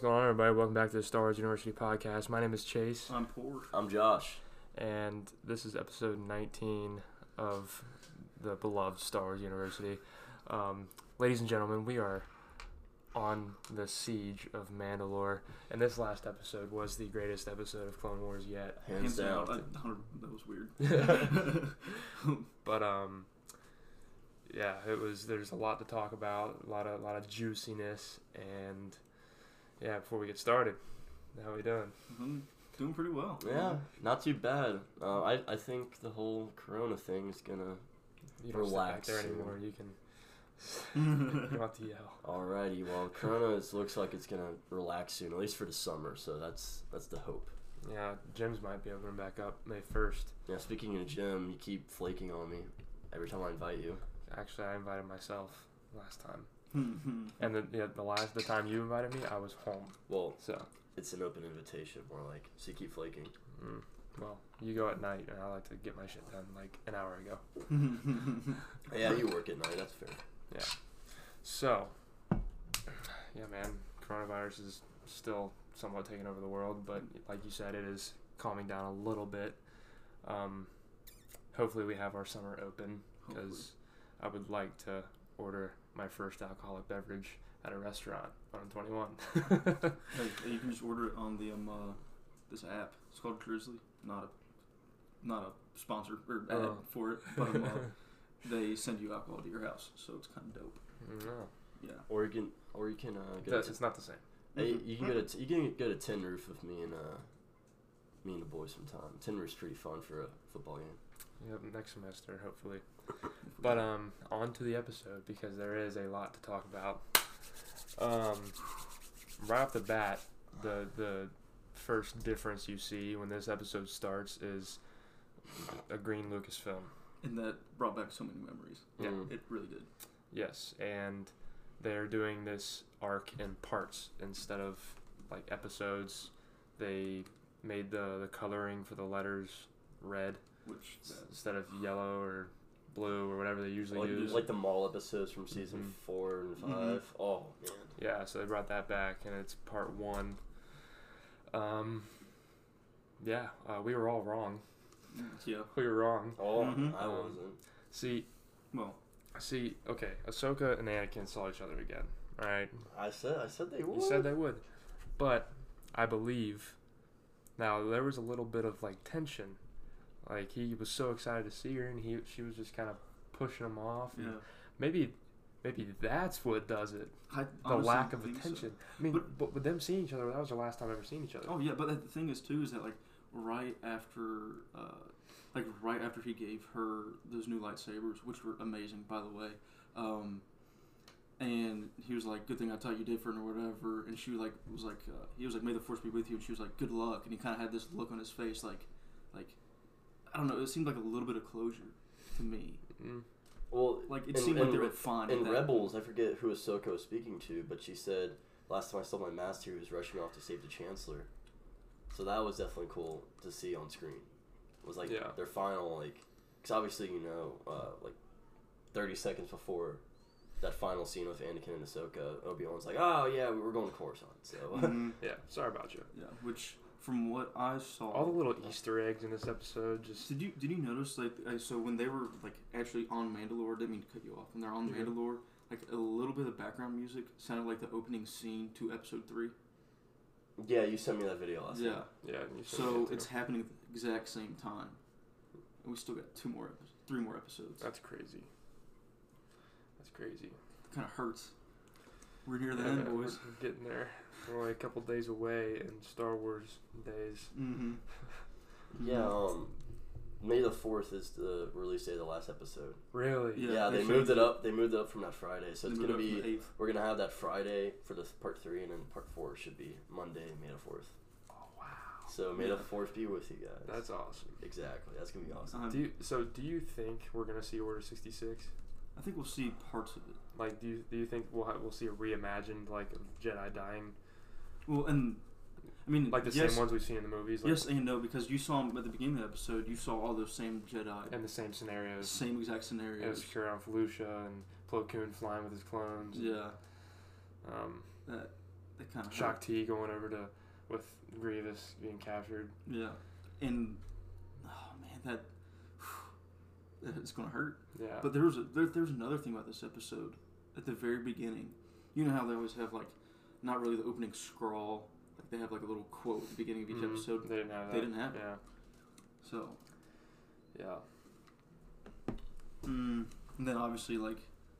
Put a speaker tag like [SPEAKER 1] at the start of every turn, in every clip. [SPEAKER 1] going on, everybody? Welcome back to the Star Wars University podcast. My name is Chase,
[SPEAKER 2] I'm poor.
[SPEAKER 3] I'm Josh.
[SPEAKER 1] and this is episode 19 of the beloved Star Wars University. Um, ladies and gentlemen, we are on the siege of Mandalore, and this last episode was the greatest episode of Clone Wars yet.
[SPEAKER 3] Hands down.
[SPEAKER 2] I- I- that was weird. yeah,
[SPEAKER 1] But um, yeah, it was. There's a lot to talk about, a lot of lot of juiciness, and yeah. Before we get started, how we doing?
[SPEAKER 2] I'm Mm-hmm. doing pretty well.
[SPEAKER 3] Yeah, not too bad. Uh, I I think the whole Corona thing is gonna.
[SPEAKER 1] You don't sit back
[SPEAKER 3] Relax,
[SPEAKER 1] there
[SPEAKER 3] you know.
[SPEAKER 1] anymore. You can. you don't
[SPEAKER 2] yeah.
[SPEAKER 1] have to yell.
[SPEAKER 3] Alrighty, well, Corona is, looks like it's gonna relax soon, at least for the summer. So that's that's the hope.
[SPEAKER 1] Yeah, gyms might be opening back up May first.
[SPEAKER 3] Yeah, speaking of gym, you keep flaking on me every time I invite you.
[SPEAKER 1] Actually, I invited myself last time, and the yeah, the last the time you invited me, I was home.
[SPEAKER 3] Well,
[SPEAKER 1] So,
[SPEAKER 3] it's an open invitation, more like. So you keep flaking.
[SPEAKER 1] mm, well, you go at night, and I like to get my shit done like an hour ago.
[SPEAKER 3] Yeah, you work at night. That's fair.
[SPEAKER 1] So, yeah, man, coronavirus is still somewhat taking over the world, but like you said, it is calming down a little bit. Um, hopefully, we have our summer open because I would like to order my first alcoholic beverage at a restaurant when I'm 21.
[SPEAKER 2] Hey, hey, you can just order it on the um uh, this app. It's called Drizzly. Not a not a sponsor or ad
[SPEAKER 1] Oh.
[SPEAKER 2] for it, but um, uh, they send you alcohol to your house, so it's kind of dope.
[SPEAKER 1] no,
[SPEAKER 2] Yeah. Mm-hmm.
[SPEAKER 3] Or you can, or you can uh, get. A
[SPEAKER 1] that's,
[SPEAKER 3] t-
[SPEAKER 1] it's not the same.
[SPEAKER 3] hey, you can get a, t- you can get a tin roof with me and uh, me and the boys sometime. Tin roof's pretty fun for a football game.
[SPEAKER 1] Yep, next semester, hopefully. But
[SPEAKER 3] uh,
[SPEAKER 1] um, on to the episode because there is a lot to talk about. Um, right off the bat, the the first difference you see when this episode starts is a green Lucasfilm.
[SPEAKER 2] and that brought back so many memories.
[SPEAKER 1] Yeah.
[SPEAKER 3] Mm.
[SPEAKER 2] It really did.
[SPEAKER 1] Yes, and they're doing this arc in parts instead of like episodes. They made the the coloring for the letters red
[SPEAKER 2] Which that,
[SPEAKER 1] instead of yellow or blue or whatever they usually
[SPEAKER 3] like,
[SPEAKER 1] use.
[SPEAKER 3] like the mall episodes from season
[SPEAKER 1] Mhm.
[SPEAKER 3] four and
[SPEAKER 2] Mhm.
[SPEAKER 3] 5 Oh man,
[SPEAKER 1] Yeah, so they brought that back, and it's part one. Um, yeah, uh, we were all wrong.
[SPEAKER 2] mm, yeah.
[SPEAKER 1] We were wrong.
[SPEAKER 3] oh
[SPEAKER 2] Mhm.
[SPEAKER 3] I
[SPEAKER 1] Um,
[SPEAKER 3] wasn't.
[SPEAKER 1] See,
[SPEAKER 2] Well,
[SPEAKER 1] see, okay, Ahsoka and Anakin saw each other again. All right,
[SPEAKER 3] I said I said they would.
[SPEAKER 1] you said they would, but I believe. Now there was a little bit of like tension, like he was so excited to see her, and he she was just kind of pushing him off.
[SPEAKER 2] yeah.
[SPEAKER 1] and Maybe, maybe that's what does it.
[SPEAKER 2] I
[SPEAKER 1] The
[SPEAKER 2] honestly
[SPEAKER 1] lack of
[SPEAKER 2] think so.
[SPEAKER 1] attention. I mean,
[SPEAKER 2] But-
[SPEAKER 1] but, with them seeing each other, that was the last time I ever seen each other.
[SPEAKER 2] Oh yeah, but the thing is too is that like right after, uh, like right after he gave her those new lightsabers, which were amazing by the way, um, and he was like, "Good thing I taught you different" or whatever, and she like was like, uh, he was like, "May the force be with you," and she was like, "Good luck," and he kind of had this look on his face like, like, I don't know, it seemed like a little bit of closure to me.
[SPEAKER 1] Mm.
[SPEAKER 3] Well,
[SPEAKER 2] Like it
[SPEAKER 3] In-
[SPEAKER 2] seemed like
[SPEAKER 3] in
[SPEAKER 2] they
[SPEAKER 3] Re-
[SPEAKER 2] were fine. at
[SPEAKER 3] in
[SPEAKER 2] that
[SPEAKER 3] Rebels, I forget who Ahsoka was speaking to, but she said last time I saw my master, he was rushing off to save the Chancellor. So that was definitely cool to see on screen. It was like
[SPEAKER 1] Yeah.
[SPEAKER 3] their final like, because obviously you know uh, like thirty seconds before. That final scene with Anakin and Ahsoka, Obi Wan's like, "Oh yeah, we were going to Coruscant." So
[SPEAKER 2] point. Mhm.
[SPEAKER 1] Yeah, sorry about you.
[SPEAKER 2] Yeah, which from what I saw,
[SPEAKER 1] All the little Easter eggs in this episode, just
[SPEAKER 2] Did you did you notice like uh, so when they were like actually on Mandalore? Didn't mean to cut you off. When they're on
[SPEAKER 1] You're
[SPEAKER 3] Mm-hmm.
[SPEAKER 1] good.
[SPEAKER 2] Mandalore, like a little bit of background music sounded like the opening scene to episode three.
[SPEAKER 3] yeah, you sent me that video last.
[SPEAKER 2] yeah.
[SPEAKER 3] night.
[SPEAKER 1] yeah. You said
[SPEAKER 2] So
[SPEAKER 1] that too.
[SPEAKER 2] it's happening at the exact same time. And we still got two more, episodes, three more episodes.
[SPEAKER 1] that's crazy. That's crazy.
[SPEAKER 2] kind of hurts. We're near the
[SPEAKER 1] Yeah,
[SPEAKER 2] end,
[SPEAKER 1] man,
[SPEAKER 2] boys.
[SPEAKER 1] We're getting there. We're only a couple days away in Star Wars days.
[SPEAKER 2] Mm-hmm.
[SPEAKER 3] Yeah, um, May the fourth is the release day of the last episode.
[SPEAKER 1] Really?
[SPEAKER 2] Yeah,
[SPEAKER 3] Yeah,
[SPEAKER 2] they
[SPEAKER 3] they, moved
[SPEAKER 2] changed
[SPEAKER 3] it
[SPEAKER 2] it.
[SPEAKER 3] up. They moved it up from that Friday, so it's gonna be.
[SPEAKER 2] eighth.
[SPEAKER 3] We're gonna have that Friday for the part three, and then part four should be Monday, May the fourth.
[SPEAKER 1] Oh wow.
[SPEAKER 3] So May the
[SPEAKER 2] Yeah.
[SPEAKER 3] fourth be with you guys.
[SPEAKER 1] That's awesome.
[SPEAKER 3] exactly. That's gonna be awesome.
[SPEAKER 2] Um,
[SPEAKER 1] Do you, so do you think we're gonna see Order sixty six?
[SPEAKER 2] I think we'll see parts of it.
[SPEAKER 1] Like, do you do you think we'll ha we'll see a reimagined like of Jedi dying,
[SPEAKER 2] Well, and I mean,
[SPEAKER 1] like the
[SPEAKER 2] yes,
[SPEAKER 1] same ones we've seen in the movies? Like,
[SPEAKER 2] Yes and no, because you saw 'em at the beginning of the episode. You saw all those same Jedi.
[SPEAKER 1] And the same scenarios.
[SPEAKER 2] Same exact
[SPEAKER 1] It was
[SPEAKER 2] scenarios.
[SPEAKER 1] Kira and Felucia and Plo Koon flying with his clones.
[SPEAKER 2] Yeah,
[SPEAKER 1] Um,
[SPEAKER 2] that, That kind of
[SPEAKER 1] Shock T going over to with Grievous being captured.
[SPEAKER 2] Yeah, and oh man, that it's gonna hurt.
[SPEAKER 1] Yeah.
[SPEAKER 2] But there was a, there, there's another thing about this episode at the very beginning. You know how they always have like not really the opening scrawl, like they have like a little quote at the beginning of each
[SPEAKER 1] Mhm.
[SPEAKER 2] episode.
[SPEAKER 1] they didn't have that.
[SPEAKER 2] they didn't have it.
[SPEAKER 1] Yeah.
[SPEAKER 2] So,
[SPEAKER 1] Yeah.
[SPEAKER 2] mm, and then obviously like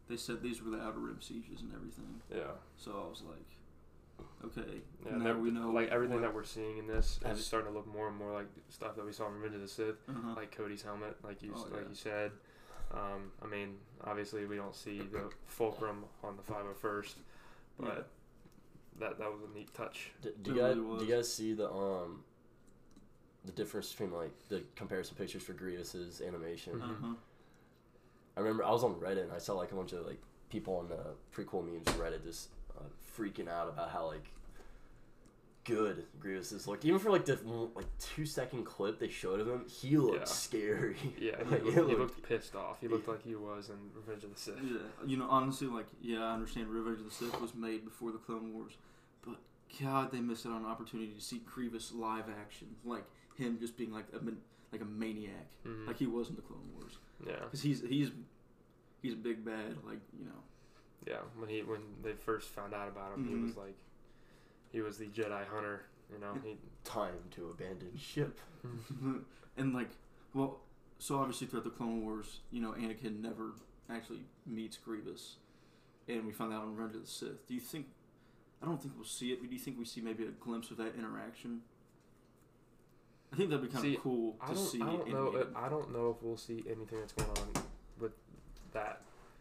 [SPEAKER 2] they said these were the outer rim sieges and everything.
[SPEAKER 1] Yeah.
[SPEAKER 2] So I was like, okay,
[SPEAKER 1] Yeah,
[SPEAKER 2] now
[SPEAKER 1] they're-
[SPEAKER 2] we know
[SPEAKER 1] like everything
[SPEAKER 2] what-
[SPEAKER 1] that we're seeing in this
[SPEAKER 3] Have-
[SPEAKER 1] is starting to look more and more like stuff that we saw from Revenge of the Sith,
[SPEAKER 2] uh-huh.
[SPEAKER 1] like Cody's helmet, like you
[SPEAKER 2] Oh,
[SPEAKER 1] like
[SPEAKER 2] yeah.
[SPEAKER 1] you said. Um, I mean, obviously we don't see the fulcrum on the 501st, but
[SPEAKER 2] Yeah.
[SPEAKER 1] that that was a neat touch.
[SPEAKER 3] D- do,
[SPEAKER 2] It
[SPEAKER 3] you guys,
[SPEAKER 2] really
[SPEAKER 3] do you guys see the um the difference between like the comparison pictures for Grievous's animation?
[SPEAKER 1] Mhm.
[SPEAKER 2] Uh-huh.
[SPEAKER 3] I remember I was on Reddit and I saw like a bunch of like people on the prequel memes on Reddit just uh, freaking out about how like good Grievous is like even for like the mm, like two second clip they showed of him he looked
[SPEAKER 1] Yeah.
[SPEAKER 3] scary
[SPEAKER 1] Yeah, he,
[SPEAKER 3] Like,
[SPEAKER 1] looked,
[SPEAKER 3] it
[SPEAKER 1] he
[SPEAKER 3] looked-
[SPEAKER 1] looked pissed off. He looked like he was in Revenge of the Sith.
[SPEAKER 2] Yeah, you know, honestly, like, yeah, I understand Revenge of the Sith was made before the Clone Wars, but God, they missed out on an opportunity to see Grievous live action, like him just being like a man- like a maniac,
[SPEAKER 1] Mhm.
[SPEAKER 2] like he was in the Clone Wars,
[SPEAKER 1] yeah,
[SPEAKER 2] because he's he's he's a big bad, like you know,
[SPEAKER 1] yeah. When he when they first found out about him, he
[SPEAKER 2] Mhm.
[SPEAKER 1] was like, he was the Jedi hunter. You know, he
[SPEAKER 3] time to abandon ship
[SPEAKER 2] and like, well, so obviously throughout the Clone Wars, you know, Anakin never actually meets Grievous, and we find out in Revenge of the Sith. Do you think? I don't think we'll see it, but do you think we see maybe a glimpse of that interaction? I think that'd be kind
[SPEAKER 1] See,
[SPEAKER 2] of cool
[SPEAKER 1] I
[SPEAKER 2] to
[SPEAKER 1] don't,
[SPEAKER 2] see.
[SPEAKER 1] I don't know.
[SPEAKER 2] animated.
[SPEAKER 1] if- I don't know if we'll see anything that's going on with that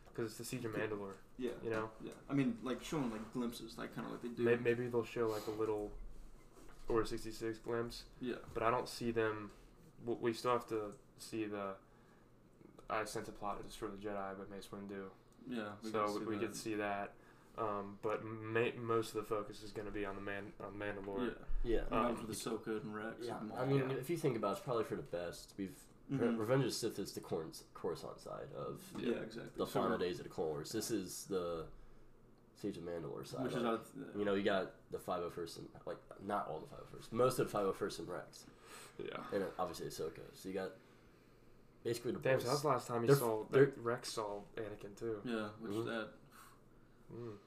[SPEAKER 1] because it's the Siege of Mandalore.
[SPEAKER 2] yeah,
[SPEAKER 1] You know,
[SPEAKER 2] yeah. I mean, like showing like glimpses, like kind of like they do.
[SPEAKER 1] May maybe they'll show like a little Order sixty six glimpse,
[SPEAKER 2] Yeah,
[SPEAKER 1] but I don't see them. w- We still have to see the. I sense a plot to destroy the Jedi, but Mace Windu.
[SPEAKER 2] yeah.
[SPEAKER 1] so
[SPEAKER 2] could
[SPEAKER 1] we, we
[SPEAKER 2] that.
[SPEAKER 1] could see that. Um, but ma- most of the focus is going to be on the man on
[SPEAKER 2] Yeah,
[SPEAKER 1] Mandalore.
[SPEAKER 3] yeah
[SPEAKER 2] and
[SPEAKER 1] Um,
[SPEAKER 2] that was with Ahsoka and Rex.
[SPEAKER 3] yeah
[SPEAKER 2] and them
[SPEAKER 3] I
[SPEAKER 2] all.
[SPEAKER 3] mean
[SPEAKER 1] Yeah.
[SPEAKER 3] if you think about it, it's probably for the best we've Re-
[SPEAKER 2] Mhm.
[SPEAKER 3] Revenge of the Sith is the Coruscant Coruscant side of
[SPEAKER 2] yeah, exactly.
[SPEAKER 3] the
[SPEAKER 2] So
[SPEAKER 3] final
[SPEAKER 2] we're-
[SPEAKER 3] days of the Clone Wars this is the Siege of Mandalore side
[SPEAKER 2] which is
[SPEAKER 3] like-
[SPEAKER 2] out.
[SPEAKER 3] You know, you got the 501st and, like, not all the 501st, most of the 501st and Rex.
[SPEAKER 1] Yeah.
[SPEAKER 3] And then obviously Ahsoka. So you got basically the
[SPEAKER 1] Damn,
[SPEAKER 3] boys.
[SPEAKER 1] so that was the last time he
[SPEAKER 3] They're-
[SPEAKER 1] saw
[SPEAKER 3] they're-
[SPEAKER 1] Rex saw Anakin too.
[SPEAKER 2] Yeah, which
[SPEAKER 3] Mhm.
[SPEAKER 2] that
[SPEAKER 1] Mm.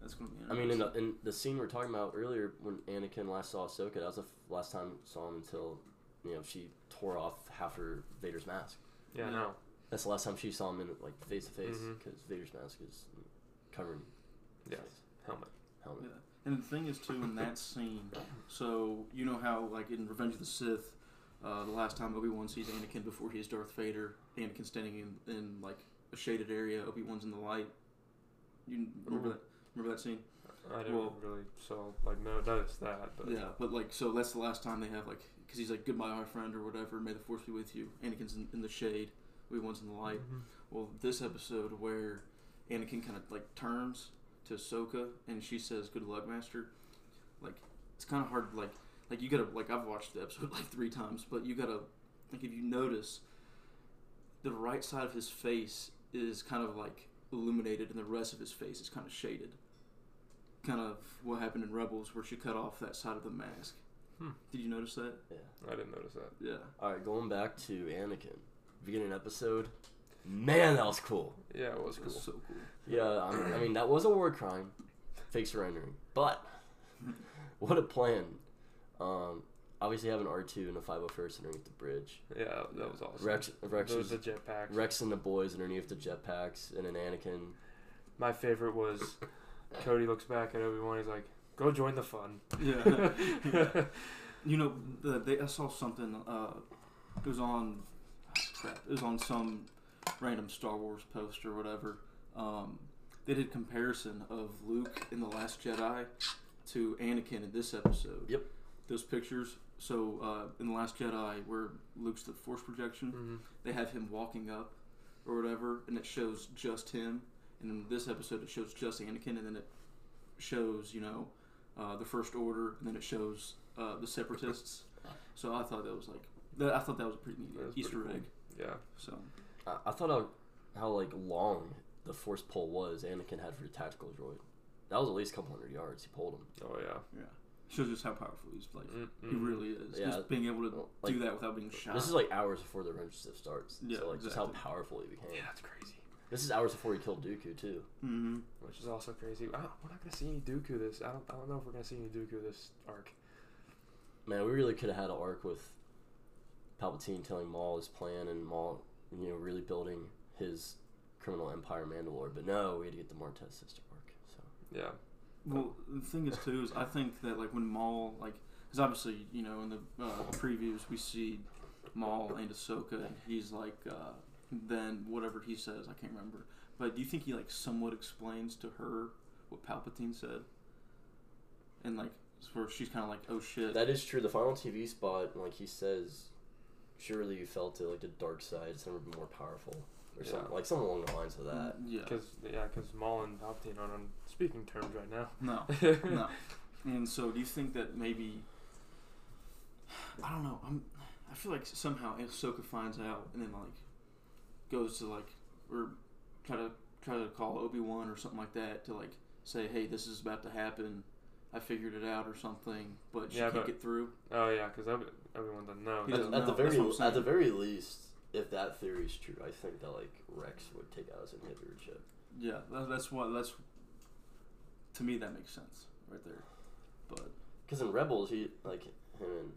[SPEAKER 2] that's gonna be.
[SPEAKER 3] I mean, in
[SPEAKER 2] interesting.
[SPEAKER 3] the, in the scene we are talking about earlier when Anakin last saw Ahsoka, that was the f- last time we saw him until, you know, she tore off half her Vader's mask.
[SPEAKER 1] Yeah,
[SPEAKER 2] Yeah.
[SPEAKER 1] no.
[SPEAKER 3] That's the last time she saw him in, like, face to face,
[SPEAKER 1] Mhm.
[SPEAKER 3] because Vader's mask is covering his
[SPEAKER 1] Yeah.
[SPEAKER 3] face,
[SPEAKER 1] Helmet.
[SPEAKER 3] helmet.
[SPEAKER 2] Yeah. And the thing is too in that scene, so you know how like in Revenge of the Sith, uh, the last time Obi Wan sees Anakin before he is Darth Vader, Anakin standing in, in like a shaded area, Obi Wan's in the light. You remember
[SPEAKER 1] Mhm.
[SPEAKER 3] Mm-hmm.
[SPEAKER 2] that? Remember that scene?
[SPEAKER 1] I didn't
[SPEAKER 2] Well-
[SPEAKER 1] really so like no notice that, but
[SPEAKER 2] yeah, but like so that's the last time they have like because he's like goodbye my friend or whatever, may the force be with you. Anakin's in, in the shade, Obi Wan's in the light.
[SPEAKER 1] Mhm.
[SPEAKER 2] Well, this episode where Anakin kind of like turns to Ahsoka and she says, "Good luck, Master." Like, it's kind of hard. Like, like you gotta like I've watched the episode like three times, but you gotta like if you notice, the right side of his face is kind of like illuminated, and the rest of his face is kind of shaded. Kind of what happened in Rebels, where she cut off that side of the mask.
[SPEAKER 1] Hmm.
[SPEAKER 2] Did you notice that?
[SPEAKER 3] Yeah.
[SPEAKER 1] I didn't notice that.
[SPEAKER 2] Yeah.
[SPEAKER 3] All right, going back to Anakin. Beginning episode. Man, that was cool.
[SPEAKER 1] Yeah, it was
[SPEAKER 2] That's
[SPEAKER 1] cool.
[SPEAKER 2] so cool.
[SPEAKER 3] Yeah, I mean, I mean that was a war crime, fake surrendering. But what a plan! Um, obviously having R two and the five hundred first underneath the bridge.
[SPEAKER 1] Yeah, that was awesome.
[SPEAKER 3] Rex, Rex,
[SPEAKER 1] Those
[SPEAKER 3] was,
[SPEAKER 1] the jetpacks.
[SPEAKER 3] Rex and the boys underneath the jetpacks, and an Anakin.
[SPEAKER 1] My favorite was Cody looks back at Obi Wan. He's like, "Go join the fun."
[SPEAKER 2] Yeah. You know, the, they, I saw something. Uh, it was on, crap. It was on some random Star Wars post or whatever. Um, they did a comparison of Luke in the Last Jedi to Anakin in this episode.
[SPEAKER 3] Yep.
[SPEAKER 2] Those pictures. So uh, in the Last Jedi, where Luke's the Force projection,
[SPEAKER 1] hmm
[SPEAKER 2] they have him walking up or whatever, and it shows just him. And in this episode, it shows just Anakin, and then it shows, you know, uh, the First Order, and then it shows uh, the Separatists. So I thought that was like, that, I thought that was a pretty neat
[SPEAKER 1] That was pretty
[SPEAKER 2] Easter
[SPEAKER 1] cool.
[SPEAKER 2] egg.
[SPEAKER 1] Yeah,
[SPEAKER 2] So
[SPEAKER 3] I, I thought how, how like long the force pull was Anakin had for the tactical droid. That was at least a couple hundred yards. He pulled him.
[SPEAKER 1] Oh yeah.
[SPEAKER 2] Yeah. Shows just how powerful he's like.
[SPEAKER 1] Mm-mm.
[SPEAKER 2] He really is.
[SPEAKER 3] Yeah.
[SPEAKER 2] Just being able to
[SPEAKER 3] Well, like-
[SPEAKER 2] do that without being shot.
[SPEAKER 3] This is like hours before the revenge shift starts.
[SPEAKER 2] Yeah,
[SPEAKER 3] so like just how
[SPEAKER 2] exactly.
[SPEAKER 3] powerful he became.
[SPEAKER 1] Yeah, that's crazy.
[SPEAKER 3] This is hours before he killed Dooku too.
[SPEAKER 2] hmm
[SPEAKER 1] Which is also crazy. I don't, we're not gonna see any Dooku this. I don't. I don't know if we're gonna see any Dooku this arc.
[SPEAKER 3] Man, we really could have had an arc with Palpatine telling Maul his plan and Maul, you know, really building his criminal empire Mandalore. But no, we had to get the Martez sister arc. So
[SPEAKER 1] Yeah.
[SPEAKER 2] Well, the thing is too is I think that like when Maul like because obviously you know in the uh, previews we see Maul and Ahsoka and he's like uh, then whatever he says I can't remember but do you think he like somewhat explains to her what Palpatine said and like it's where she's kind of like oh shit
[SPEAKER 3] that is true. The final TV spot, like he says, surely you fell to like the dark side. It's never been more powerful, or
[SPEAKER 1] Yeah.
[SPEAKER 3] something like something along the lines of that.
[SPEAKER 2] yeah
[SPEAKER 1] Because yeah, because Maul and Palpatine aren't on speaking terms right now.
[SPEAKER 2] no no. And so, do you think that maybe? I don't know. I'm. I feel like somehow Ahsoka finds out, and then like goes to like or try to try to call Obi Wan or something like that to like say, hey, this is about to happen. I figured it out or something, but she
[SPEAKER 1] Yeah,
[SPEAKER 2] can't
[SPEAKER 1] but-
[SPEAKER 2] get through.
[SPEAKER 1] Oh yeah, because everyone doesn't know.
[SPEAKER 2] He
[SPEAKER 3] At,
[SPEAKER 2] doesn't
[SPEAKER 3] at the
[SPEAKER 2] know. That's
[SPEAKER 3] very
[SPEAKER 2] what I'm
[SPEAKER 3] at the
[SPEAKER 2] saying.
[SPEAKER 3] very least, if that theory is true, I think that like Rex would take out his inhibitor
[SPEAKER 2] Yeah, that, that's why. That's to me that makes sense right there. But
[SPEAKER 3] Because in Rebels, he like him and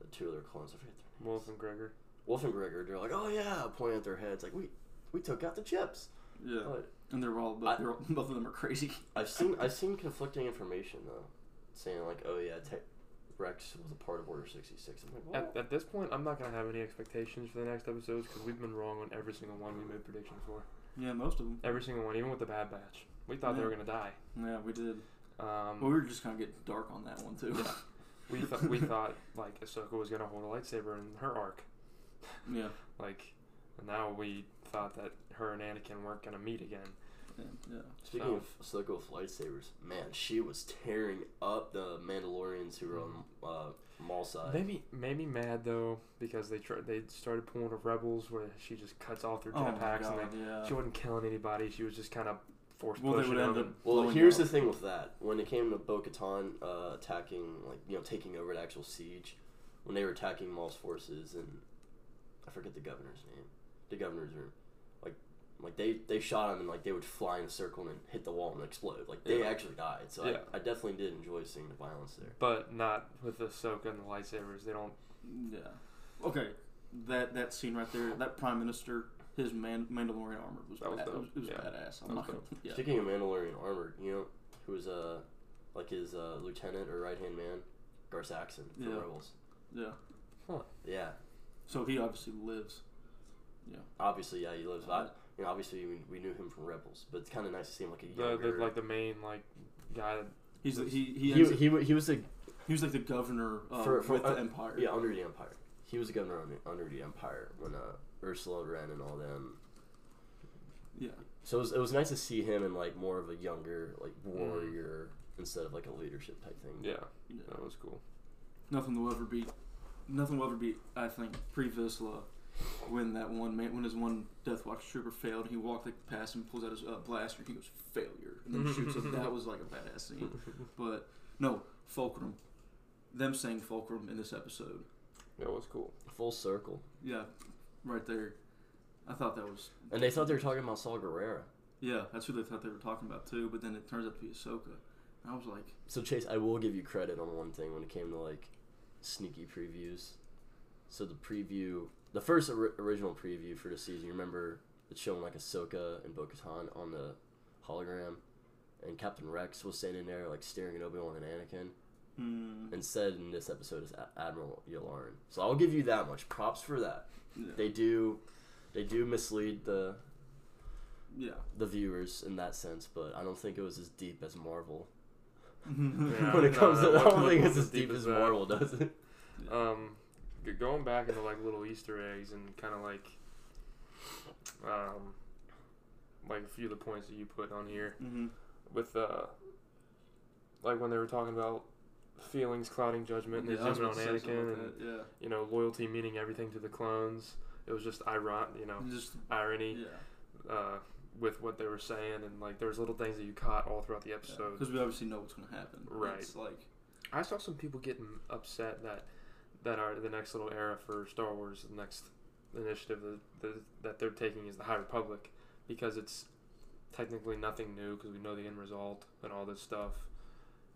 [SPEAKER 3] the two other clones. I forget their names.
[SPEAKER 1] Wolf and Gregor.
[SPEAKER 3] Wolf and Gregor. They're like, oh yeah, pointing at their heads, like we we took out the chips.
[SPEAKER 2] yeah,
[SPEAKER 3] But
[SPEAKER 2] and they're all
[SPEAKER 3] I-
[SPEAKER 2] both, they're all, both of them are crazy.
[SPEAKER 3] I've seen I've seen conflicting information though, saying like, oh yeah, Te- Rex was a part of Order sixty six. I'm like,
[SPEAKER 1] At,
[SPEAKER 3] well,
[SPEAKER 1] at this point, I'm not gonna have any expectations for the next episodes because we've been wrong on every single one we made predictions for.
[SPEAKER 2] Yeah, most of them.
[SPEAKER 1] Every single one, even with the Bad Batch, we thought they were
[SPEAKER 2] Yeah.
[SPEAKER 1] gonna die.
[SPEAKER 2] Yeah, we did.
[SPEAKER 1] Um,
[SPEAKER 2] Well, we were just kind of getting dark on that one too.
[SPEAKER 1] we th- we thought like Ahsoka was gonna hold a lightsaber in her arc,
[SPEAKER 2] yeah.
[SPEAKER 1] like, and now we thought that her and Anakin weren't gonna meet again.
[SPEAKER 2] Yeah, yeah.
[SPEAKER 3] speaking
[SPEAKER 1] so-
[SPEAKER 3] of Ahsoka with lightsabers, man, she was tearing up the Mandalorians who were on uh, Maul's side.
[SPEAKER 1] Made me, made me mad though because they tr- they started pulling a rebels where she just cuts off
[SPEAKER 3] Oh
[SPEAKER 1] their jetpacks and they,
[SPEAKER 2] Oh yeah.
[SPEAKER 1] she wasn't killing anybody. She was just kind of force
[SPEAKER 2] Well, they
[SPEAKER 1] pushing
[SPEAKER 2] would end
[SPEAKER 1] them.
[SPEAKER 2] up.
[SPEAKER 1] and-
[SPEAKER 3] Well,
[SPEAKER 2] blowing
[SPEAKER 3] here's
[SPEAKER 2] up.
[SPEAKER 3] the thing with that. When it came to Bo Katan uh, attacking, like, you know, taking over the actual siege, when they were attacking Maul's forces, and I forget the governor's name, the governor's room, like, like they, they shot him and, like, they would fly in a circle and hit the wall and explode. Like, they
[SPEAKER 1] Yeah.
[SPEAKER 3] actually died. So
[SPEAKER 1] Yeah.
[SPEAKER 3] I, I definitely did enjoy seeing the violence there.
[SPEAKER 1] but not with Ahsoka and the lightsabers. They don't.
[SPEAKER 2] Yeah. Okay, that that scene right there, that prime minister, his man, Mandalorian armor was
[SPEAKER 1] That was
[SPEAKER 2] bad- it
[SPEAKER 1] dope.
[SPEAKER 2] was, it was
[SPEAKER 1] Yeah.
[SPEAKER 2] badass. I'm
[SPEAKER 1] That
[SPEAKER 2] not
[SPEAKER 1] was
[SPEAKER 2] gonna, yeah.
[SPEAKER 3] Speaking of Mandalorian armor, you know, who was, uh, like, his uh, lieutenant or right hand man? Gar Saxon from
[SPEAKER 2] Yeah.
[SPEAKER 3] Rebels.
[SPEAKER 2] yeah.
[SPEAKER 3] Yeah.
[SPEAKER 2] So he obviously lives. Yeah.
[SPEAKER 3] Obviously, yeah, he lives. I, you know, obviously, we, we knew him from Rebels, but it's kind of nice to see him like a
[SPEAKER 1] The,
[SPEAKER 3] younger.
[SPEAKER 1] the like the main like guy. that-
[SPEAKER 2] He's the, he he,
[SPEAKER 3] he,
[SPEAKER 2] ends,
[SPEAKER 3] he,
[SPEAKER 2] he,
[SPEAKER 3] wa- he was the
[SPEAKER 2] was like the governor uh,
[SPEAKER 3] For- for-
[SPEAKER 2] with
[SPEAKER 3] uh,
[SPEAKER 2] the empire.
[SPEAKER 3] yeah under the Empire. He was the governor under, under the Empire when uh, Ursula Ren and all them.
[SPEAKER 2] Yeah.
[SPEAKER 3] So it was, it was nice to see him in like more of a younger like warrior instead of like a leadership type thing.
[SPEAKER 1] Yeah,
[SPEAKER 2] yeah.
[SPEAKER 1] that was cool.
[SPEAKER 2] Nothing will ever beat. Nothing will ever beat. I think pre Visla, when that one man, when his one Death Watch trooper failed, and he walked like past him, pulls out his uh, blaster, and he goes failure, and then shoots him. That was like a badass scene. But no, Fulcrum, them saying Fulcrum in this episode,
[SPEAKER 1] That was cool.
[SPEAKER 3] Full circle,
[SPEAKER 2] yeah, right there. I thought that was
[SPEAKER 3] and they thought they were talking about Saul Guerrero.
[SPEAKER 2] yeah, that's who they thought they were talking about too. But then it turns out to be Ahsoka, and I was like,
[SPEAKER 3] So Chase, I will give you credit on one thing when it came to like sneaky previews. So the preview, the first or- original preview for the season, you remember it's showing like Ahsoka and Bo-Katan on the hologram, and Captain Rex was standing there like staring at Obi Wan and Anakin.
[SPEAKER 2] hmm,
[SPEAKER 3] And said in this episode is A- Admiral Yularen. So I'll give you that much props for that.
[SPEAKER 2] yeah,
[SPEAKER 3] They do, they do mislead the
[SPEAKER 2] yeah.
[SPEAKER 3] the viewers in that sense, but I don't think it was as deep as Marvel.
[SPEAKER 2] Mm-hmm.
[SPEAKER 1] Yeah,
[SPEAKER 3] when it
[SPEAKER 1] no,
[SPEAKER 3] comes
[SPEAKER 1] that
[SPEAKER 3] to, I don't
[SPEAKER 1] wasn't
[SPEAKER 3] think
[SPEAKER 1] as
[SPEAKER 3] it's as
[SPEAKER 1] deep
[SPEAKER 3] deep
[SPEAKER 1] as
[SPEAKER 3] as
[SPEAKER 1] that.
[SPEAKER 3] Marvel does it.
[SPEAKER 1] Um, g- going back into like little Easter eggs and kind of like, um, like a few of the points that you put on here
[SPEAKER 2] hmm
[SPEAKER 1] with uh, like when they were talking about feelings clouding judgment and
[SPEAKER 2] yeah,
[SPEAKER 1] they
[SPEAKER 2] I was
[SPEAKER 1] zooming on
[SPEAKER 2] about to say something
[SPEAKER 1] Anakin
[SPEAKER 2] like
[SPEAKER 1] and
[SPEAKER 2] that, yeah.
[SPEAKER 1] you know loyalty meaning everything to the clones. It was just ironic, you know,
[SPEAKER 2] Just
[SPEAKER 1] irony.
[SPEAKER 2] yeah.
[SPEAKER 1] Uh, with what they were saying, and like there's little things that you caught all throughout the episode.
[SPEAKER 2] Because we obviously know what's going to happen.
[SPEAKER 1] Right.
[SPEAKER 2] It's like
[SPEAKER 1] I saw some people getting upset that that are the next little era for Star Wars, the next initiative that, that- that they're taking is the High Republic, because it's technically nothing new because we know the end result and all this stuff.